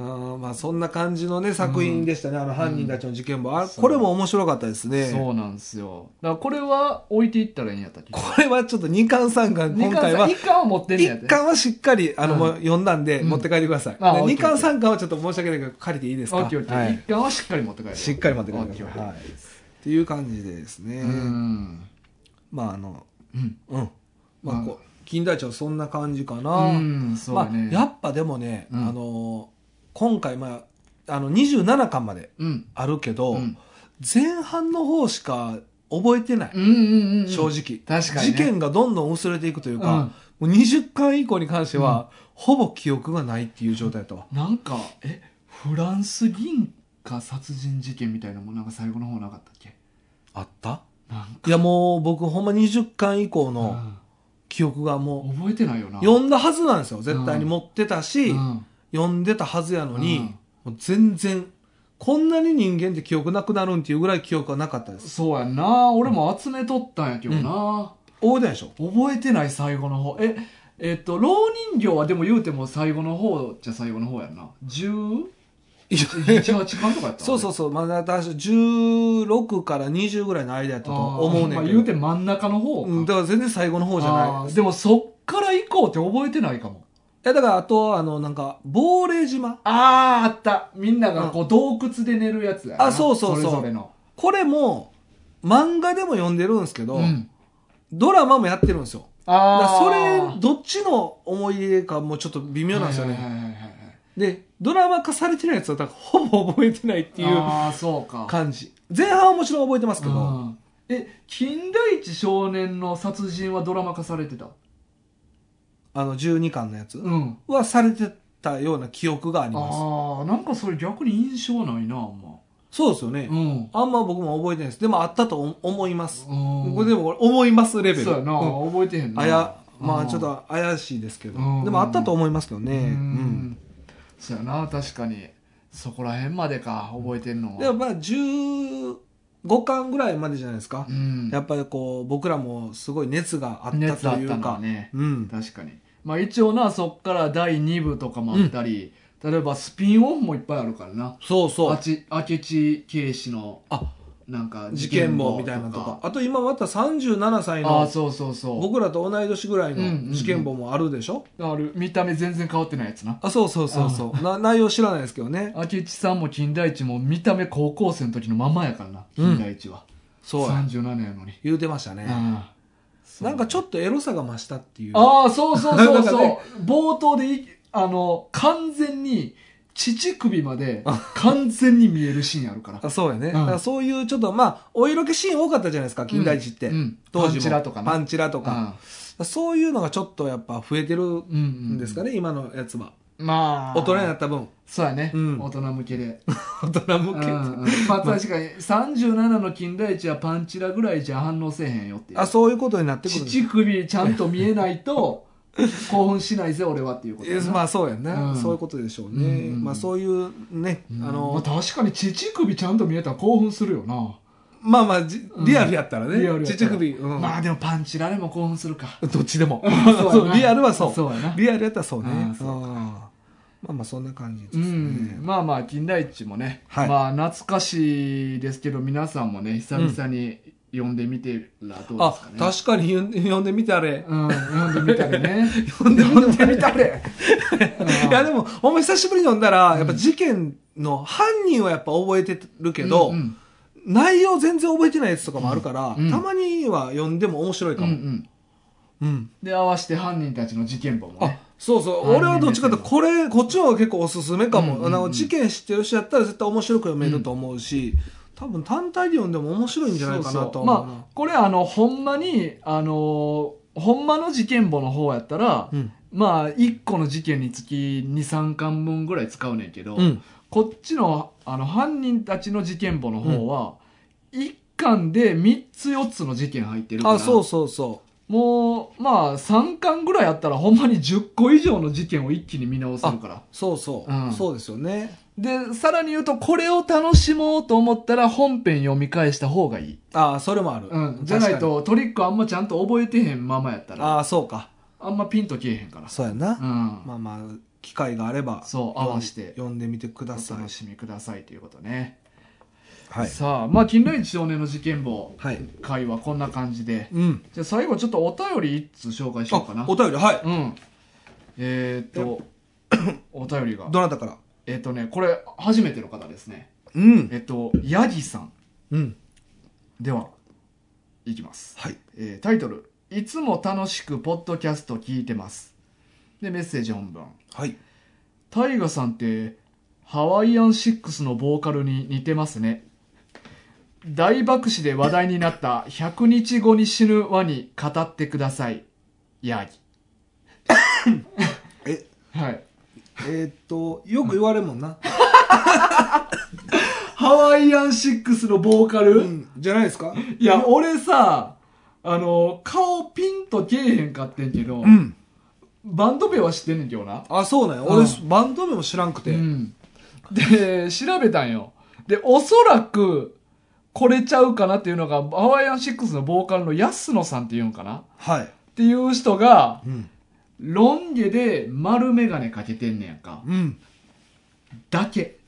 Speaker 2: あーまあ、そんな感じのね、作品でしたね、あの犯人たちの事件も。あ
Speaker 1: そう
Speaker 2: これも面白かったですね。
Speaker 1: そうなんですよだからこれは置いていったらいいんやったっけ
Speaker 2: これはちょっと2巻3巻、今回は。
Speaker 1: 1巻は持ってんねんや
Speaker 2: 1巻はしっかり、あの、
Speaker 1: うん
Speaker 2: もう読んだんで、
Speaker 1: うん
Speaker 2: 持って帰ってください。で
Speaker 1: あオッケー
Speaker 2: 2巻3巻はちょっと申し訳ないけど、借りていいですか
Speaker 1: オッケーオッケー、
Speaker 2: はい
Speaker 1: 1巻はしっかり持って帰る
Speaker 2: しっかり持って帰って
Speaker 1: オッ
Speaker 2: く
Speaker 1: ケーオ
Speaker 2: だ
Speaker 1: ッケ
Speaker 2: さい。
Speaker 1: ー
Speaker 2: はい。っていう感じでですね。
Speaker 1: うん
Speaker 2: まあ、あの、
Speaker 1: うん
Speaker 2: うん。ま
Speaker 1: う
Speaker 2: あ、
Speaker 1: ん
Speaker 2: こう、金田町そんな感じかな。
Speaker 1: うんそう
Speaker 2: ま
Speaker 1: だ
Speaker 2: あ
Speaker 1: ね、、
Speaker 2: やっぱでもね、
Speaker 1: うん
Speaker 2: あのー今回、まあ、あの、27巻まで
Speaker 1: うん
Speaker 2: あるけど、
Speaker 1: うん
Speaker 2: 前半の方しか覚えてない。
Speaker 1: うんうんうん
Speaker 2: 正直。
Speaker 1: 確かにね
Speaker 2: 事件がどんどん薄れていくという
Speaker 1: うん
Speaker 2: か、もう20巻以降に関しては、ほぼ記憶がないっていう状態だったわ。
Speaker 1: なんかえフランス銀貨殺人事件みたいなのもなんか最後の方なかったっけ
Speaker 2: あった
Speaker 1: なんか
Speaker 2: いやもう僕ほんま20巻以降の記憶が
Speaker 1: うん
Speaker 2: も
Speaker 1: 覚えてないよな
Speaker 2: う、読んだはずなんですよ。絶対に持ってたし、
Speaker 1: うん
Speaker 2: 読んでたはずやのに、もう全然こんなに人間って記憶なくなるんっていうぐらい記憶はなかったです
Speaker 1: そうやんな俺も集めとったんやけどな、
Speaker 2: 覚えてないでしょ
Speaker 1: 覚えてない最後の方ええっと老人形はでも言うても最後の方じゃ最後の方やんな 10? 18巻とかやった
Speaker 2: [LAUGHS] そうそうそうまだ私16から20ぐらいの間やったと思
Speaker 1: あ
Speaker 2: うねん
Speaker 1: ーま
Speaker 2: け
Speaker 1: あ言
Speaker 2: ど
Speaker 1: うて真ん中の方か
Speaker 2: うんだから全然最後の方じゃ
Speaker 1: あ
Speaker 2: ない
Speaker 1: ーでもそっから以降って覚えてないかも
Speaker 2: いやだからあとあのなんか亡霊島
Speaker 1: あああったみんながこう洞窟で寝るやつやな
Speaker 2: あそうそうそう
Speaker 1: それぞれの
Speaker 2: これも漫画でも読んでるんですけど、
Speaker 1: うん
Speaker 2: ドラマもやってるんですよだから
Speaker 1: あ
Speaker 2: そ
Speaker 1: ー
Speaker 2: れどっちの思い出かもちょっと微妙なんですよね、
Speaker 1: はいはいはいはいはい
Speaker 2: でドラマ化されてないやつはだからほぼ覚えてないっていう
Speaker 1: ああそうか
Speaker 2: 感じ前半はもちろん覚えてますけど
Speaker 1: うんえ金田一少年の殺人はドラマ化されてた
Speaker 2: あの12巻のやつ
Speaker 1: うん
Speaker 2: はされてたような記憶があります
Speaker 1: ああなんかそれ逆に印象ないなあんま
Speaker 2: そうですよね、
Speaker 1: うん
Speaker 2: あんま僕も覚えてないですでもあったと思思います、
Speaker 1: うん
Speaker 2: これでも俺思いますレベル
Speaker 1: そうやな、
Speaker 2: うん
Speaker 1: 覚えてへんな
Speaker 2: あやま
Speaker 1: う
Speaker 2: あ
Speaker 1: ん
Speaker 2: ちょっと怪しいですけど、
Speaker 1: うん
Speaker 2: でもあったと思いますけど
Speaker 1: うん、
Speaker 2: ね、うん
Speaker 1: そうやな確かにそこら辺までか覚えてんのは
Speaker 2: でもまあ15巻ぐらいまでじゃないですか
Speaker 1: う、ん
Speaker 2: やっぱりこう僕らもすごい熱があった
Speaker 1: 熱あ
Speaker 2: と
Speaker 1: っ
Speaker 2: い
Speaker 1: た
Speaker 2: うん
Speaker 1: だ
Speaker 2: か
Speaker 1: ね
Speaker 2: うん、
Speaker 1: 確かにまあ一応なそっから第2部とかもあったり、例えばスピンオフもいっぱいあるからな
Speaker 2: そうそ
Speaker 1: あ
Speaker 2: う
Speaker 1: ち明智警視の
Speaker 2: あ
Speaker 1: なんか
Speaker 2: 事件簿みたいなのとかあと今また37歳
Speaker 1: ああ
Speaker 2: の
Speaker 1: そうそうそう
Speaker 2: 僕らと同い年ぐらい
Speaker 1: うんうんう
Speaker 2: の
Speaker 1: ん
Speaker 2: 事件簿もあるでしょ、
Speaker 1: ある見た目全然変わってないやつな
Speaker 2: あそうそうそうそうな内容知らないですけどね
Speaker 1: 明智さんも金田一も見た目高校生の時のままやからな
Speaker 2: うん
Speaker 1: 金田一は、
Speaker 2: そうや
Speaker 1: 37やのに、
Speaker 2: 言うてましたね、
Speaker 1: ああ
Speaker 2: なんかちょ
Speaker 1: っと
Speaker 2: っとエロさが増したっていう
Speaker 1: ああそうそうそう
Speaker 2: なん
Speaker 1: そう、
Speaker 2: かね
Speaker 1: 冒頭でいあの完全に乳首ま
Speaker 2: [LAUGHS]
Speaker 1: で完全に見えるシーンあるから
Speaker 2: あそうやね、
Speaker 1: ん
Speaker 2: だからそういうちょっとまあお色気シーン多かったじゃないですか [LAUGHS] 金田一って、
Speaker 1: うんうん
Speaker 2: 当
Speaker 1: パン
Speaker 2: 時も
Speaker 1: チラとかな
Speaker 2: パンチラとか、そういうのがちょっとやっぱ増えてる
Speaker 1: うんうんん
Speaker 2: ですか
Speaker 1: ね
Speaker 2: ね、今のやつは
Speaker 1: まあ
Speaker 2: 大人になった分
Speaker 1: そうやね、
Speaker 2: うん
Speaker 1: 大人向けで
Speaker 2: 大人向け、
Speaker 1: うんうんまあ確かに37の金田一はパンチラぐらいじゃ反応せえへんよっていう
Speaker 2: あそういうことになってくるんです
Speaker 1: 乳首ちゃんと見えない
Speaker 2: [LAUGHS]
Speaker 1: と興奮しないぜ俺はっていうことや
Speaker 2: え
Speaker 1: な
Speaker 2: まあそうやんね、
Speaker 1: うん
Speaker 2: そういうことでしょうね、
Speaker 1: うんうん
Speaker 2: まあそういうね、
Speaker 1: うん
Speaker 2: あ
Speaker 1: ま
Speaker 2: の、
Speaker 1: あ、確かに乳首ちゃんと見えたら興奮するよな、
Speaker 2: まあまあじリアルやったらね、
Speaker 1: リアルやったら
Speaker 2: 乳首、うん
Speaker 1: まあでもパンチラでも興奮するか
Speaker 2: [LAUGHS] どっち
Speaker 1: [LAUGHS]
Speaker 2: でも
Speaker 1: やな
Speaker 2: そうリアルはそう
Speaker 1: そうやな
Speaker 2: リアルやったらそうね
Speaker 1: ああそうか
Speaker 2: うんまあまあそんな感じです
Speaker 1: う
Speaker 2: ね、
Speaker 1: ん、まあまあ金田一もね、
Speaker 2: はい
Speaker 1: まあ懐かしいですけど皆さんもね久々に読んでみてらどうで
Speaker 2: あ
Speaker 1: すかね、
Speaker 2: 確かに読んでみてあれ
Speaker 1: うん、読んでみたら
Speaker 2: [LAUGHS]
Speaker 1: ね
Speaker 2: 読んでみてみ
Speaker 1: [LAUGHS]
Speaker 2: たれ
Speaker 1: うん
Speaker 2: いやでもほんま久しぶりに読んだらやっぱ事件の犯人はやっぱ覚えてるけど、
Speaker 1: うんうん
Speaker 2: 内容全然覚えてないやつとかもあるから、
Speaker 1: うん
Speaker 2: たまには読んでも面白いか
Speaker 1: うんう
Speaker 2: も、
Speaker 1: ん
Speaker 2: うん
Speaker 1: で合わせて犯人たちの事件簿も
Speaker 2: あ
Speaker 1: ね
Speaker 2: そうそう
Speaker 1: あ
Speaker 2: 俺はどっちかというとこれこっちの方が結構おすすめかも、
Speaker 1: うんうんうん
Speaker 2: あの事件知ってる人やったら絶対面白く読めると思うし、多分単体で読んでも面白いんじゃないかな
Speaker 1: そう
Speaker 2: と
Speaker 1: そ
Speaker 2: 思
Speaker 1: う
Speaker 2: う
Speaker 1: まあこれあのほんまにあのーほんまの事件簿の方やったら、
Speaker 2: うん
Speaker 1: まあ1個の事件につき23巻分ぐらい使うねんけど、
Speaker 2: うん
Speaker 1: こっちのあの犯人たちの事件簿の方は、1巻で3つ4つの事件入ってるから
Speaker 2: あそうそうそ
Speaker 1: もうまあ3巻ぐらいあったらほんまに10個以上の事件を一気に見直せるから
Speaker 2: うそうそう、
Speaker 1: うん
Speaker 2: そうですよね
Speaker 1: でさらに言うとこれを楽しもうと思ったら本編読み返した方がいい、
Speaker 2: ああそれもある、
Speaker 1: うん、じゃないとトリックあんまちゃんと覚えてへんままやった
Speaker 2: 確かにあ
Speaker 1: ら
Speaker 2: あそうか
Speaker 1: あんまピンとけえへんから
Speaker 2: そうやな、
Speaker 1: うん
Speaker 2: まあまあ機会があれば
Speaker 1: そう合わせて
Speaker 2: 読んでみてくだ
Speaker 1: お
Speaker 2: さい
Speaker 1: 楽しみくださいということね、
Speaker 2: はい
Speaker 1: さあまあ金田一少年の事件簿
Speaker 2: はい
Speaker 1: 会はこんな感じで
Speaker 2: うん
Speaker 1: じゃあ最後ちょっとお便り一通紹介しようかな
Speaker 2: あお便りはい
Speaker 1: うんえー、っ
Speaker 2: [COUGHS]
Speaker 1: とお便りが
Speaker 2: どなたから
Speaker 1: えーっとねこれ初めての方ですね
Speaker 2: うん
Speaker 1: えっとヤギさん
Speaker 2: うん
Speaker 1: ではいきます
Speaker 2: はい
Speaker 1: えータイトル「いつも楽しくポッドキャスト聞いてます」でメッセージ本文
Speaker 2: はい
Speaker 1: 「タイガさんってハワイアンシックスのボーカルに似てますね」大爆死で話題になった「100日後に死ぬワニ語ってください」ヤギ
Speaker 2: え
Speaker 1: [LAUGHS] はい
Speaker 2: えーっとよく言われるもんな、
Speaker 1: ハワイアンシックスのボーカル、
Speaker 2: うん、じゃないですか
Speaker 1: いや俺さあの顔ピンとけえへんかってんけど、
Speaker 2: ん
Speaker 1: バンド名は知ってんねんけどな
Speaker 2: あそうなんや俺、
Speaker 1: う
Speaker 2: バンド名も知らんくて、
Speaker 1: うん、で調べたんよでおそらくこれちゃうかなっていうのがハワイアンシックスのボーカルの安野さんっていうんかなっ
Speaker 2: はい、
Speaker 1: ていう人が
Speaker 2: うん
Speaker 1: ロン毛で丸眼鏡かけてんねやんか
Speaker 2: うん、
Speaker 1: だけ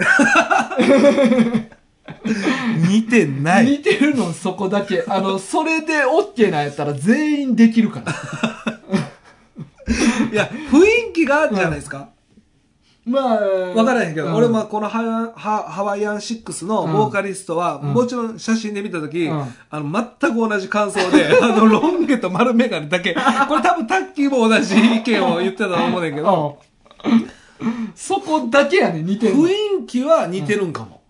Speaker 2: 似てな
Speaker 1: 似てるのそこだけあのそれで OK なんやったら全員できるから [LAUGHS]
Speaker 2: いや雰囲気がじゃないですか、
Speaker 1: まあ
Speaker 2: 分からへんけど、
Speaker 1: う
Speaker 2: 俺まあこのハワハハワイアンシックスのボーカリストは、
Speaker 1: うん
Speaker 2: もちろん写真で見た時、
Speaker 1: うん
Speaker 2: あの全く同じ感想
Speaker 1: [LAUGHS]
Speaker 2: であのロン毛と丸眼鏡だけこれ多分タッキーも同じ意見を言ってたと思うねんけど
Speaker 1: うんそこだけやね似てるの
Speaker 2: 雰囲気は似てるんかも、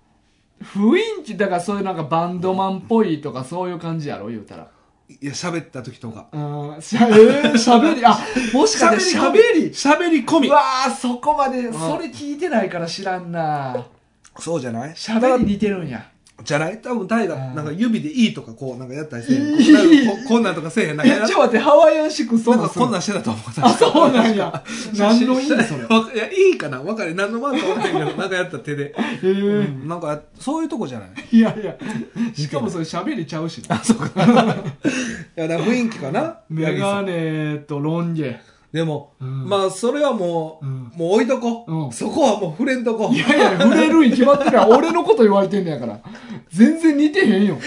Speaker 1: 雰囲気だからそういうなんかバンドマンっぽいとかそういう感じやろ言うたら
Speaker 2: いや、喋った時とか。
Speaker 1: うんしゃえー、しゃべりあもしかしてしゃべり
Speaker 2: 喋り込み
Speaker 1: う。わーそこまでそれ聞いてないから知らんな
Speaker 2: そうじゃない
Speaker 1: しゃべり似てるんや
Speaker 2: じゃない多分タイが、
Speaker 1: うん
Speaker 2: なんか指でいいとかこう、なんかやったりせえへん。
Speaker 1: いい
Speaker 2: なんかここんなんとかせえへん。なん
Speaker 1: い
Speaker 2: か
Speaker 1: や
Speaker 2: や
Speaker 1: ちょっと待ってハワイアンシックそ
Speaker 2: なんん
Speaker 1: なん
Speaker 2: か
Speaker 1: す
Speaker 2: こ
Speaker 1: る
Speaker 2: んなんしてたと思った。
Speaker 1: あそうなん
Speaker 2: [LAUGHS]
Speaker 1: や何の意味それ
Speaker 2: わ [LAUGHS] かいや、いいかなわかる。何のマークかわかんないけど、なんかやった手で。
Speaker 1: えー
Speaker 2: うんなんか、そういうとこじゃない
Speaker 1: [LAUGHS]
Speaker 2: い
Speaker 1: いやいやしかもそれしゃべりちゃうしな
Speaker 2: や、だから雰囲気かな
Speaker 1: メ
Speaker 2: 八木さ
Speaker 1: ガ
Speaker 2: ん
Speaker 1: ネとロン毛
Speaker 2: でも、
Speaker 1: うん
Speaker 2: まあ、それはもう、
Speaker 1: うん
Speaker 2: もう置いとこ、
Speaker 1: うん
Speaker 2: そこはもう触れんとこ。
Speaker 1: いやいや、触れるに決まってる
Speaker 2: [LAUGHS]
Speaker 1: やん。俺のこと言われてんねやから。全然似てへんよ。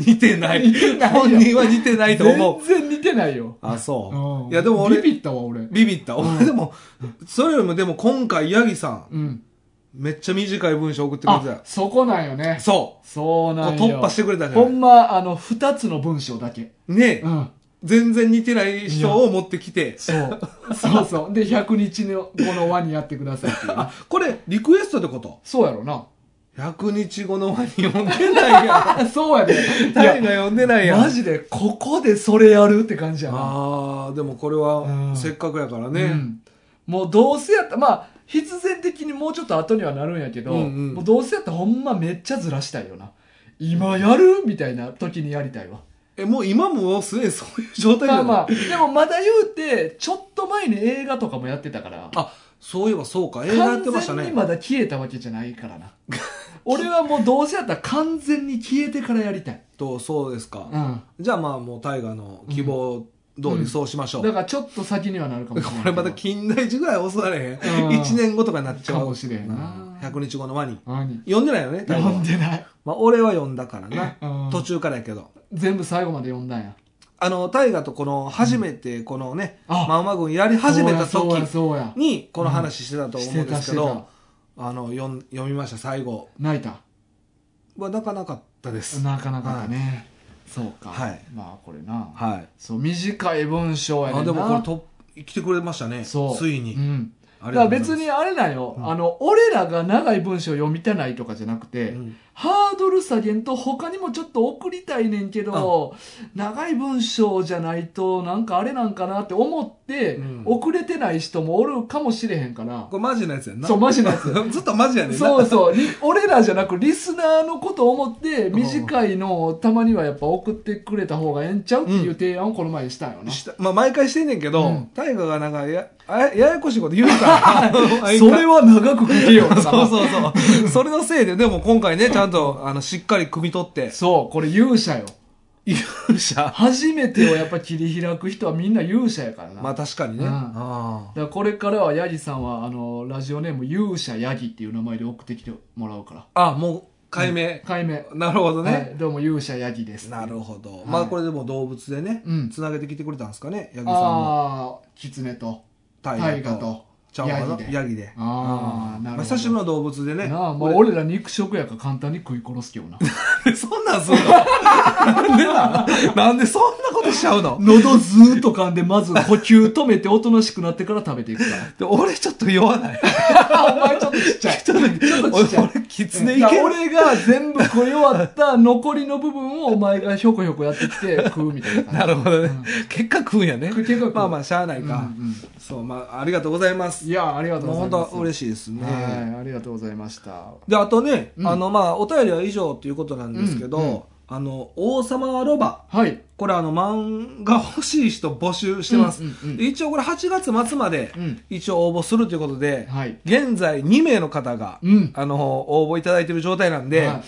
Speaker 2: 似てない。
Speaker 1: 似てないよ
Speaker 2: 本人は似てないと思う。
Speaker 1: 全然似てないよ。
Speaker 2: あ、そうう。
Speaker 1: ん
Speaker 2: いや、でも俺、
Speaker 1: ビビったわ、俺。
Speaker 2: ビビった。俺でも、それよりもでも今回、ヤギさん、
Speaker 1: うん。
Speaker 2: めっちゃ短い文章送ってくれてた
Speaker 1: あ
Speaker 2: よ、。
Speaker 1: そこなんよね。
Speaker 2: そ
Speaker 1: そう
Speaker 2: う。
Speaker 1: なんよ。
Speaker 2: 突破してくれたじゃ
Speaker 1: ほ
Speaker 2: ない。
Speaker 1: んま、あの、二つの文章だけ。
Speaker 2: ね、
Speaker 1: うん。
Speaker 2: 全然似てない人を持ってきて。
Speaker 1: そう。そうそう。で、100日のこの輪にやってくださいっていうね。
Speaker 2: あ、これ、リクエストってこと
Speaker 1: そうやろな。 [LAUGHS]
Speaker 2: ?100 日後のワに読んでないや
Speaker 1: あそうやで。
Speaker 2: ん。誰が読んでない
Speaker 1: い
Speaker 2: や
Speaker 1: や、
Speaker 2: ん。
Speaker 1: マジで、ここでそれやるって感じやな。
Speaker 2: ああ、でもこれ
Speaker 1: う
Speaker 2: は、
Speaker 1: ん
Speaker 2: せっかくやからね。
Speaker 1: うんもうどうせやったまあ必然的にもうちょっと後にはなるんやけど、
Speaker 2: うんうん
Speaker 1: もうどうせやったらほんまめっちゃずらしたいよな今やるみたいな時にやりたいわ
Speaker 2: え、もう今もすでにそういう状態
Speaker 1: ま
Speaker 2: じゃな
Speaker 1: あ
Speaker 2: い、
Speaker 1: まあでもまだ言うてちょっと前に映画とかもやってたから
Speaker 2: あ、そういえばそうか。映画やっ
Speaker 1: 完
Speaker 2: てました
Speaker 1: 全に
Speaker 2: ね。
Speaker 1: まだ消えたわけじゃないからな [LAUGHS] 俺はもうどうせやったら完全に消えてからやりたい、
Speaker 2: と、そうですか。
Speaker 1: うん、
Speaker 2: じゃあまあもう大河の希望通りそうしましょう。
Speaker 1: だからちょっと先にはなるかもしれない
Speaker 2: こ
Speaker 1: け
Speaker 2: れ
Speaker 1: ど
Speaker 2: また近代一ぐらい遅られへ
Speaker 1: う
Speaker 2: ん。
Speaker 1: ん
Speaker 2: 1年後とかになっちゃう。
Speaker 1: かもしれんな
Speaker 2: 100日後のワニ。
Speaker 1: 何
Speaker 2: 読んでないよね、大河
Speaker 1: 読んでない、
Speaker 2: まあ俺は読んだからな。
Speaker 1: うん
Speaker 2: 途中からやけど。
Speaker 1: 全部最後まで読んだんや
Speaker 2: あの、大河とこの、初めてこのね、
Speaker 1: あ
Speaker 2: マウマ軍やり始めた
Speaker 1: そうや
Speaker 2: 時
Speaker 1: そうやそうや
Speaker 2: に、この話してたと思う
Speaker 1: し
Speaker 2: んですけ
Speaker 1: てたして
Speaker 2: ど、あの、読ん読みました、最後。
Speaker 1: 泣いた
Speaker 2: はなかなかったです。
Speaker 1: なかなかだね、そうか、
Speaker 2: はい
Speaker 1: まあこれな、
Speaker 2: はい。
Speaker 1: そう短い文章やねんな
Speaker 2: あ、でもこれと、来てくれましたね。
Speaker 1: そう
Speaker 2: ついに。
Speaker 1: うん、
Speaker 2: あ
Speaker 1: だ
Speaker 2: り
Speaker 1: から
Speaker 2: がとうご
Speaker 1: 別
Speaker 2: ざいます
Speaker 1: にあれなんよ、あの俺らが長い文章読みたないとかじゃなくて、
Speaker 2: うん
Speaker 1: ハードル下げんと他にもちょっと送りたいねんけど長い文章じゃないとなんかあれなんかなって思って、
Speaker 2: うん
Speaker 1: 遅れてない人もおるかもしれへんから
Speaker 2: これマジなやつやんな。
Speaker 1: そうマジなやつ
Speaker 2: [LAUGHS] ずっとマジやねんな。
Speaker 1: そうそうリ俺らじゃなくリスナーのことを思って短いのをたまにはやっぱ送ってくれた方がええんちゃうっていう提案をこの前にしたんよな、
Speaker 2: したまあ、毎回してんねんけど、
Speaker 1: うん
Speaker 2: 大河がなんかやあややこしいこと言うから、あいつ
Speaker 1: [LAUGHS] それは長く聞けよ
Speaker 2: [LAUGHS] そうそうそう。それのせいで、でも今回ね、ちゃんと、あの、しっかり汲み取って、
Speaker 1: そうこれ勇者よ
Speaker 2: 勇者。
Speaker 1: 初めてをやっぱ切り開く人はみんな勇者やからな、
Speaker 2: まあ
Speaker 1: だか
Speaker 2: 確かにね。
Speaker 1: うん
Speaker 2: ああ
Speaker 1: らこれからはヤギさんはあのラジオネーム勇者ヤギっていう名前で送ってきてもらうから
Speaker 2: あ、もう、解明。
Speaker 1: 解明、
Speaker 2: なるほどね。
Speaker 1: はい、どうも勇者ヤギです
Speaker 2: なる
Speaker 1: ほ
Speaker 2: ほど。
Speaker 1: い
Speaker 2: まあこれでも動物でね、
Speaker 1: うん
Speaker 2: つなげてきてくれたんですかね、八木さんも。
Speaker 1: ああキツネと
Speaker 2: 大
Speaker 1: タ
Speaker 2: イ
Speaker 1: イ
Speaker 2: ガ
Speaker 1: ガ
Speaker 2: と。
Speaker 1: と
Speaker 2: ちゃうか
Speaker 1: ヤギ
Speaker 2: な
Speaker 1: で
Speaker 2: ヤギで。
Speaker 1: ああなるほど、
Speaker 2: まあ久しぶりの動物でね。
Speaker 1: なあ、まあ、俺ら肉食やから簡単に食い殺すけどな。 [LAUGHS]
Speaker 2: 俺 [LAUGHS] そんなんすんのなん
Speaker 1: [LAUGHS]
Speaker 2: でなんなんでそんなことしちゃうの
Speaker 1: 喉ずーっと噛んで、まず呼吸止めておとなしくなってから食べていくか
Speaker 2: で俺ちょっと酔わな
Speaker 1: [LAUGHS]
Speaker 2: い。
Speaker 1: ら。お前ちょっとちっ
Speaker 2: [LAUGHS]
Speaker 1: ちゃ [LAUGHS] い。ちょっとちっちゃい。
Speaker 2: 俺、キツネいける
Speaker 1: 俺が全部食い終わった残りの部分をお前がひょこひょこやってきて食うみたいな感じ。
Speaker 2: [LAUGHS] なるほどね。結果食うんやね。
Speaker 1: 結果食う
Speaker 2: まあまあ、しゃあないか。
Speaker 1: うんうん
Speaker 2: そう、まあ、ありがとうございます。
Speaker 1: いや、ありがとう
Speaker 2: もう
Speaker 1: ござい
Speaker 2: 本
Speaker 1: ま
Speaker 2: 当
Speaker 1: す。
Speaker 2: 嬉しいですね。
Speaker 1: はい、ありがとうございました。
Speaker 2: で、あとね、
Speaker 1: うん
Speaker 2: あの、まあ、お便りは以上ということなんですけど、
Speaker 1: うんうん
Speaker 2: あの、王様ロバ。
Speaker 1: はい。
Speaker 2: これあの、漫画欲しい人募集してます。
Speaker 1: うんうんうん
Speaker 2: で一応これ8月末まで
Speaker 1: うん、
Speaker 2: 一応応募するということで、
Speaker 1: はい。
Speaker 2: 現在2名の方が、
Speaker 1: うん。
Speaker 2: あの、応募いただいている状態なんで、
Speaker 1: はい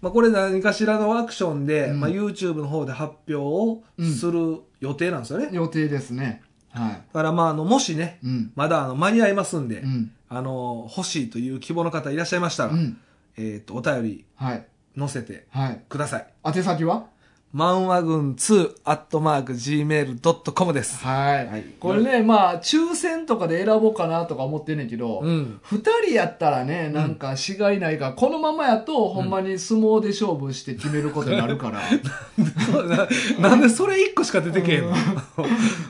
Speaker 2: まあ、これ何かしらのアクションで、
Speaker 1: うん
Speaker 2: まあ、YouTube の方で発表をする予定なんですよね。だ
Speaker 1: 予定ですね。は
Speaker 2: から、まあ、あの、もしね、
Speaker 1: い。うん。
Speaker 2: まだあの間に合いますんで、
Speaker 1: うん。
Speaker 2: あの、欲しいという希望の方いらっしゃいましたら、
Speaker 1: うん。
Speaker 2: えっ、と、お便り
Speaker 1: はい。
Speaker 2: 載せて
Speaker 1: はい。
Speaker 2: ください。
Speaker 1: 宛先は
Speaker 2: 漫画軍2アットマーク Gmail.com です。
Speaker 1: はい、
Speaker 2: はい
Speaker 1: これね、まあ抽選とかで選ぼうかなとか思ってんねんけど、
Speaker 2: うん。
Speaker 1: 2人やったらねなんかしがいないから、このままやとほんまに相撲で勝負して決めることになるから [LAUGHS]
Speaker 2: な [LAUGHS] なんでそれ一個しか出てけえの、 [LAUGHS]
Speaker 1: うん
Speaker 2: い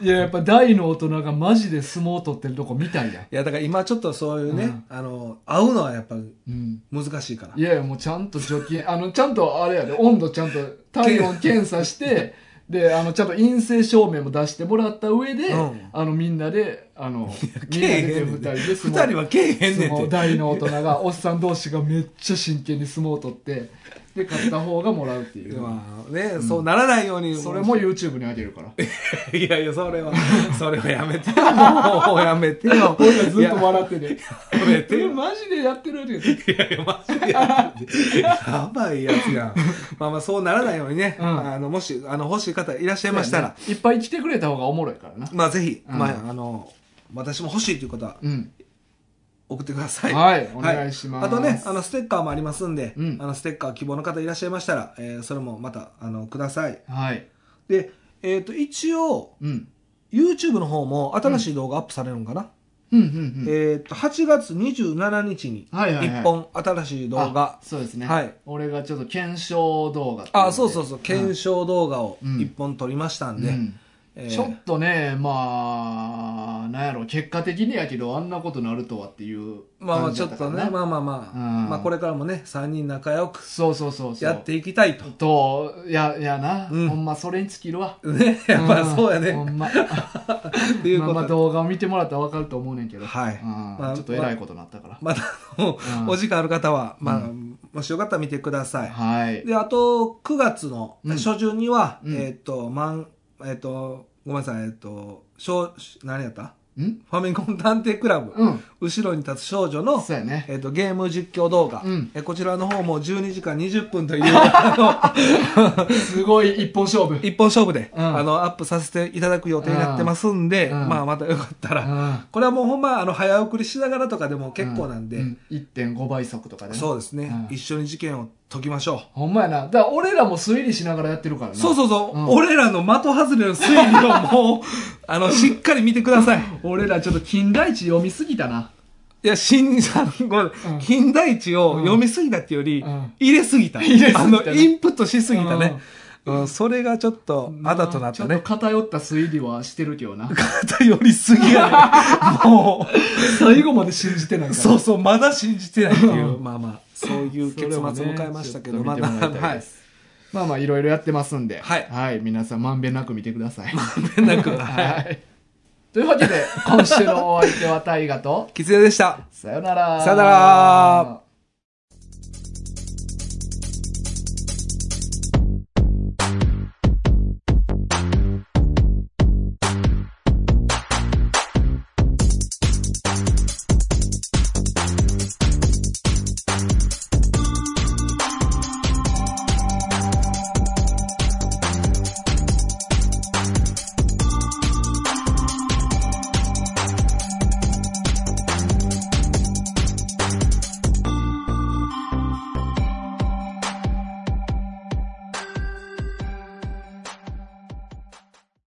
Speaker 1: いややっぱ大の大人がマジで相撲取ってるとこ見たいやん、
Speaker 2: や、だから今ちょっとそういうね、
Speaker 1: うん
Speaker 2: あの、会うのはやっぱ
Speaker 1: うん、
Speaker 2: 難しいから
Speaker 1: い。やいやもうちゃんと除菌あのちゃんとあれやで温度ちゃんと体温検査してであのちゃんと陰性証明も出してもらった上で、
Speaker 2: うん
Speaker 1: あのみんなであのみ
Speaker 2: け
Speaker 1: んな
Speaker 2: え
Speaker 1: で
Speaker 2: へ
Speaker 1: 2
Speaker 2: ん
Speaker 1: 人
Speaker 2: ねんて
Speaker 1: で
Speaker 2: 二
Speaker 1: 撲
Speaker 2: 人はけえへん
Speaker 1: 相
Speaker 2: ね
Speaker 1: 撲
Speaker 2: んて。
Speaker 1: 大の大人がおっさん同士がめっちゃ真剣に相撲を取ってで勝った方がもらうっていう、
Speaker 2: まあね、そうならないように。
Speaker 1: それも YouTube にあげるから
Speaker 2: [LAUGHS] いやいや、それは、それはや
Speaker 1: [LAUGHS]
Speaker 2: めてよ。もうやめてよ。
Speaker 1: 俺らずっと笑ってて
Speaker 2: いややめて
Speaker 1: え
Speaker 2: よ。
Speaker 1: マジでやってるって言って
Speaker 2: いやいや、マジでやめて。やばいや
Speaker 1: [LAUGHS]
Speaker 2: つやん。まあまあ、そうならないようにね。
Speaker 1: うん
Speaker 2: あの、もし、あの、欲しい方いらっしゃいましたら、
Speaker 1: いっぱい来てくれた方がおもろいからな
Speaker 2: まあぜひ、
Speaker 1: うん
Speaker 2: まあ、あの、私も欲しいという方は
Speaker 1: うん
Speaker 2: 送ってください。
Speaker 1: はいお願いします
Speaker 2: あとね、あの、ステッカーもありますんで、
Speaker 1: うん
Speaker 2: あの、ステッカー希望の方いらっしゃいましたら、えーそれもまた、あの、ください。
Speaker 1: はい
Speaker 2: で、えっ、と、一応、
Speaker 1: うん、
Speaker 2: YouTube の方も新しい動画アップされるのかな、
Speaker 1: うんうんうん
Speaker 2: えっ、と、8月27日に、
Speaker 1: はいはい、はい、
Speaker 2: 一本新しい動
Speaker 1: あ
Speaker 2: 画、
Speaker 1: そうですね、
Speaker 2: はい
Speaker 1: 俺がちょっと検証動画っていの
Speaker 2: あ
Speaker 1: で
Speaker 2: そうそうそう、検証動画を
Speaker 1: うん
Speaker 2: 一本撮りましたんで、
Speaker 1: うん
Speaker 2: えー
Speaker 1: ちょっとねまあなんやろ結果的にやけどあんなことなるとはっていう
Speaker 2: まあまあ
Speaker 1: 感じ
Speaker 2: ち
Speaker 1: だ
Speaker 2: ょ
Speaker 1: た
Speaker 2: っ
Speaker 1: か
Speaker 2: と
Speaker 1: ら
Speaker 2: ね、まあまあまあ、
Speaker 1: うん
Speaker 2: まあこれからもね、3人仲良く
Speaker 1: そうそうそうそう
Speaker 2: やっていきたいと。
Speaker 1: といやいやな、
Speaker 2: うん
Speaker 1: ほんまそれに尽きるわ
Speaker 2: ね、 [LAUGHS] やっぱりそうや
Speaker 1: んほ
Speaker 2: ね。 [LAUGHS]
Speaker 1: んま
Speaker 2: っていう
Speaker 1: まあ
Speaker 2: こ
Speaker 1: まあ
Speaker 2: とで。
Speaker 1: 動画を見てもらったら分かると思うねんけど、
Speaker 2: はい
Speaker 1: うん
Speaker 2: まあ
Speaker 1: ちょっとえらいことになったから、
Speaker 2: また、あの
Speaker 1: うん
Speaker 2: お時間ある方は、まあ、もしよかったら見てください。
Speaker 1: はい
Speaker 2: で、あと、9月の
Speaker 1: うん
Speaker 2: 初旬には、
Speaker 1: うん
Speaker 2: えっと、まん、えっと、ごめんなさい、えっと、小、何やった
Speaker 1: うん
Speaker 2: ファミコン探偵クラブ、
Speaker 1: うん
Speaker 2: 後ろに立つ少女の、
Speaker 1: そうや
Speaker 2: [LAUGHS]
Speaker 1: ね
Speaker 2: えっと、ゲーム実況動画、
Speaker 1: うん
Speaker 2: えこちらの方も12時間20分
Speaker 1: [LAUGHS]
Speaker 2: というあ
Speaker 1: すごい一本勝負
Speaker 2: の一本勝負で、
Speaker 1: うん
Speaker 2: あのアップさせていただく予定になってますんで、
Speaker 1: うん
Speaker 2: まあ、またよかったら、
Speaker 1: うん
Speaker 2: これはもうほんまあの早送りしながらとかでも結構なんで、
Speaker 1: う1.5倍速とかでね
Speaker 2: そうですね、
Speaker 1: うん
Speaker 2: 一緒に事件を解きましょう。
Speaker 1: ほんまやなだから俺らも推理しながらやってるからな
Speaker 2: そうそうそう、
Speaker 1: うん
Speaker 2: 俺らの的外れの推理をもうあのしっかり見てください。
Speaker 1: 俺らちょっと金田一読みすぎたない
Speaker 2: や、新さん、ごめん
Speaker 1: うん
Speaker 2: 金田一を読みすぎたっていうより、
Speaker 1: うん
Speaker 2: 入れすぎた。
Speaker 1: 入れすぎた
Speaker 2: あ
Speaker 1: ね
Speaker 2: の、インプットしすぎたね。うん、それがちょっと、あだとなっ
Speaker 1: ちょ
Speaker 2: た
Speaker 1: っと
Speaker 2: [LAUGHS] ね。
Speaker 1: 偏った推理はしてるけ
Speaker 2: [LAUGHS]
Speaker 1: どな
Speaker 2: 偏りすぎやね。も
Speaker 1: 最後まで信じてない [LAUGHS] か
Speaker 2: う、
Speaker 1: ら
Speaker 2: そうそう、まだ信じてないっていうう、まあまあ、そういう結末を迎えましたけど、
Speaker 1: それも
Speaker 2: ま
Speaker 1: ねち
Speaker 2: だ、
Speaker 1: ょっと見てもらいた
Speaker 2: はい
Speaker 1: で
Speaker 2: い。
Speaker 1: すまあまあいろいろやってますんで、
Speaker 2: はい
Speaker 1: 皆さんまんべんなく見てください。
Speaker 2: 連
Speaker 1: [LAUGHS]
Speaker 2: 絡、
Speaker 1: は
Speaker 2: はい。
Speaker 1: い。というわけで、今週のお相手は大河と、
Speaker 2: きつねでした。
Speaker 1: さよなら。
Speaker 2: さよなら。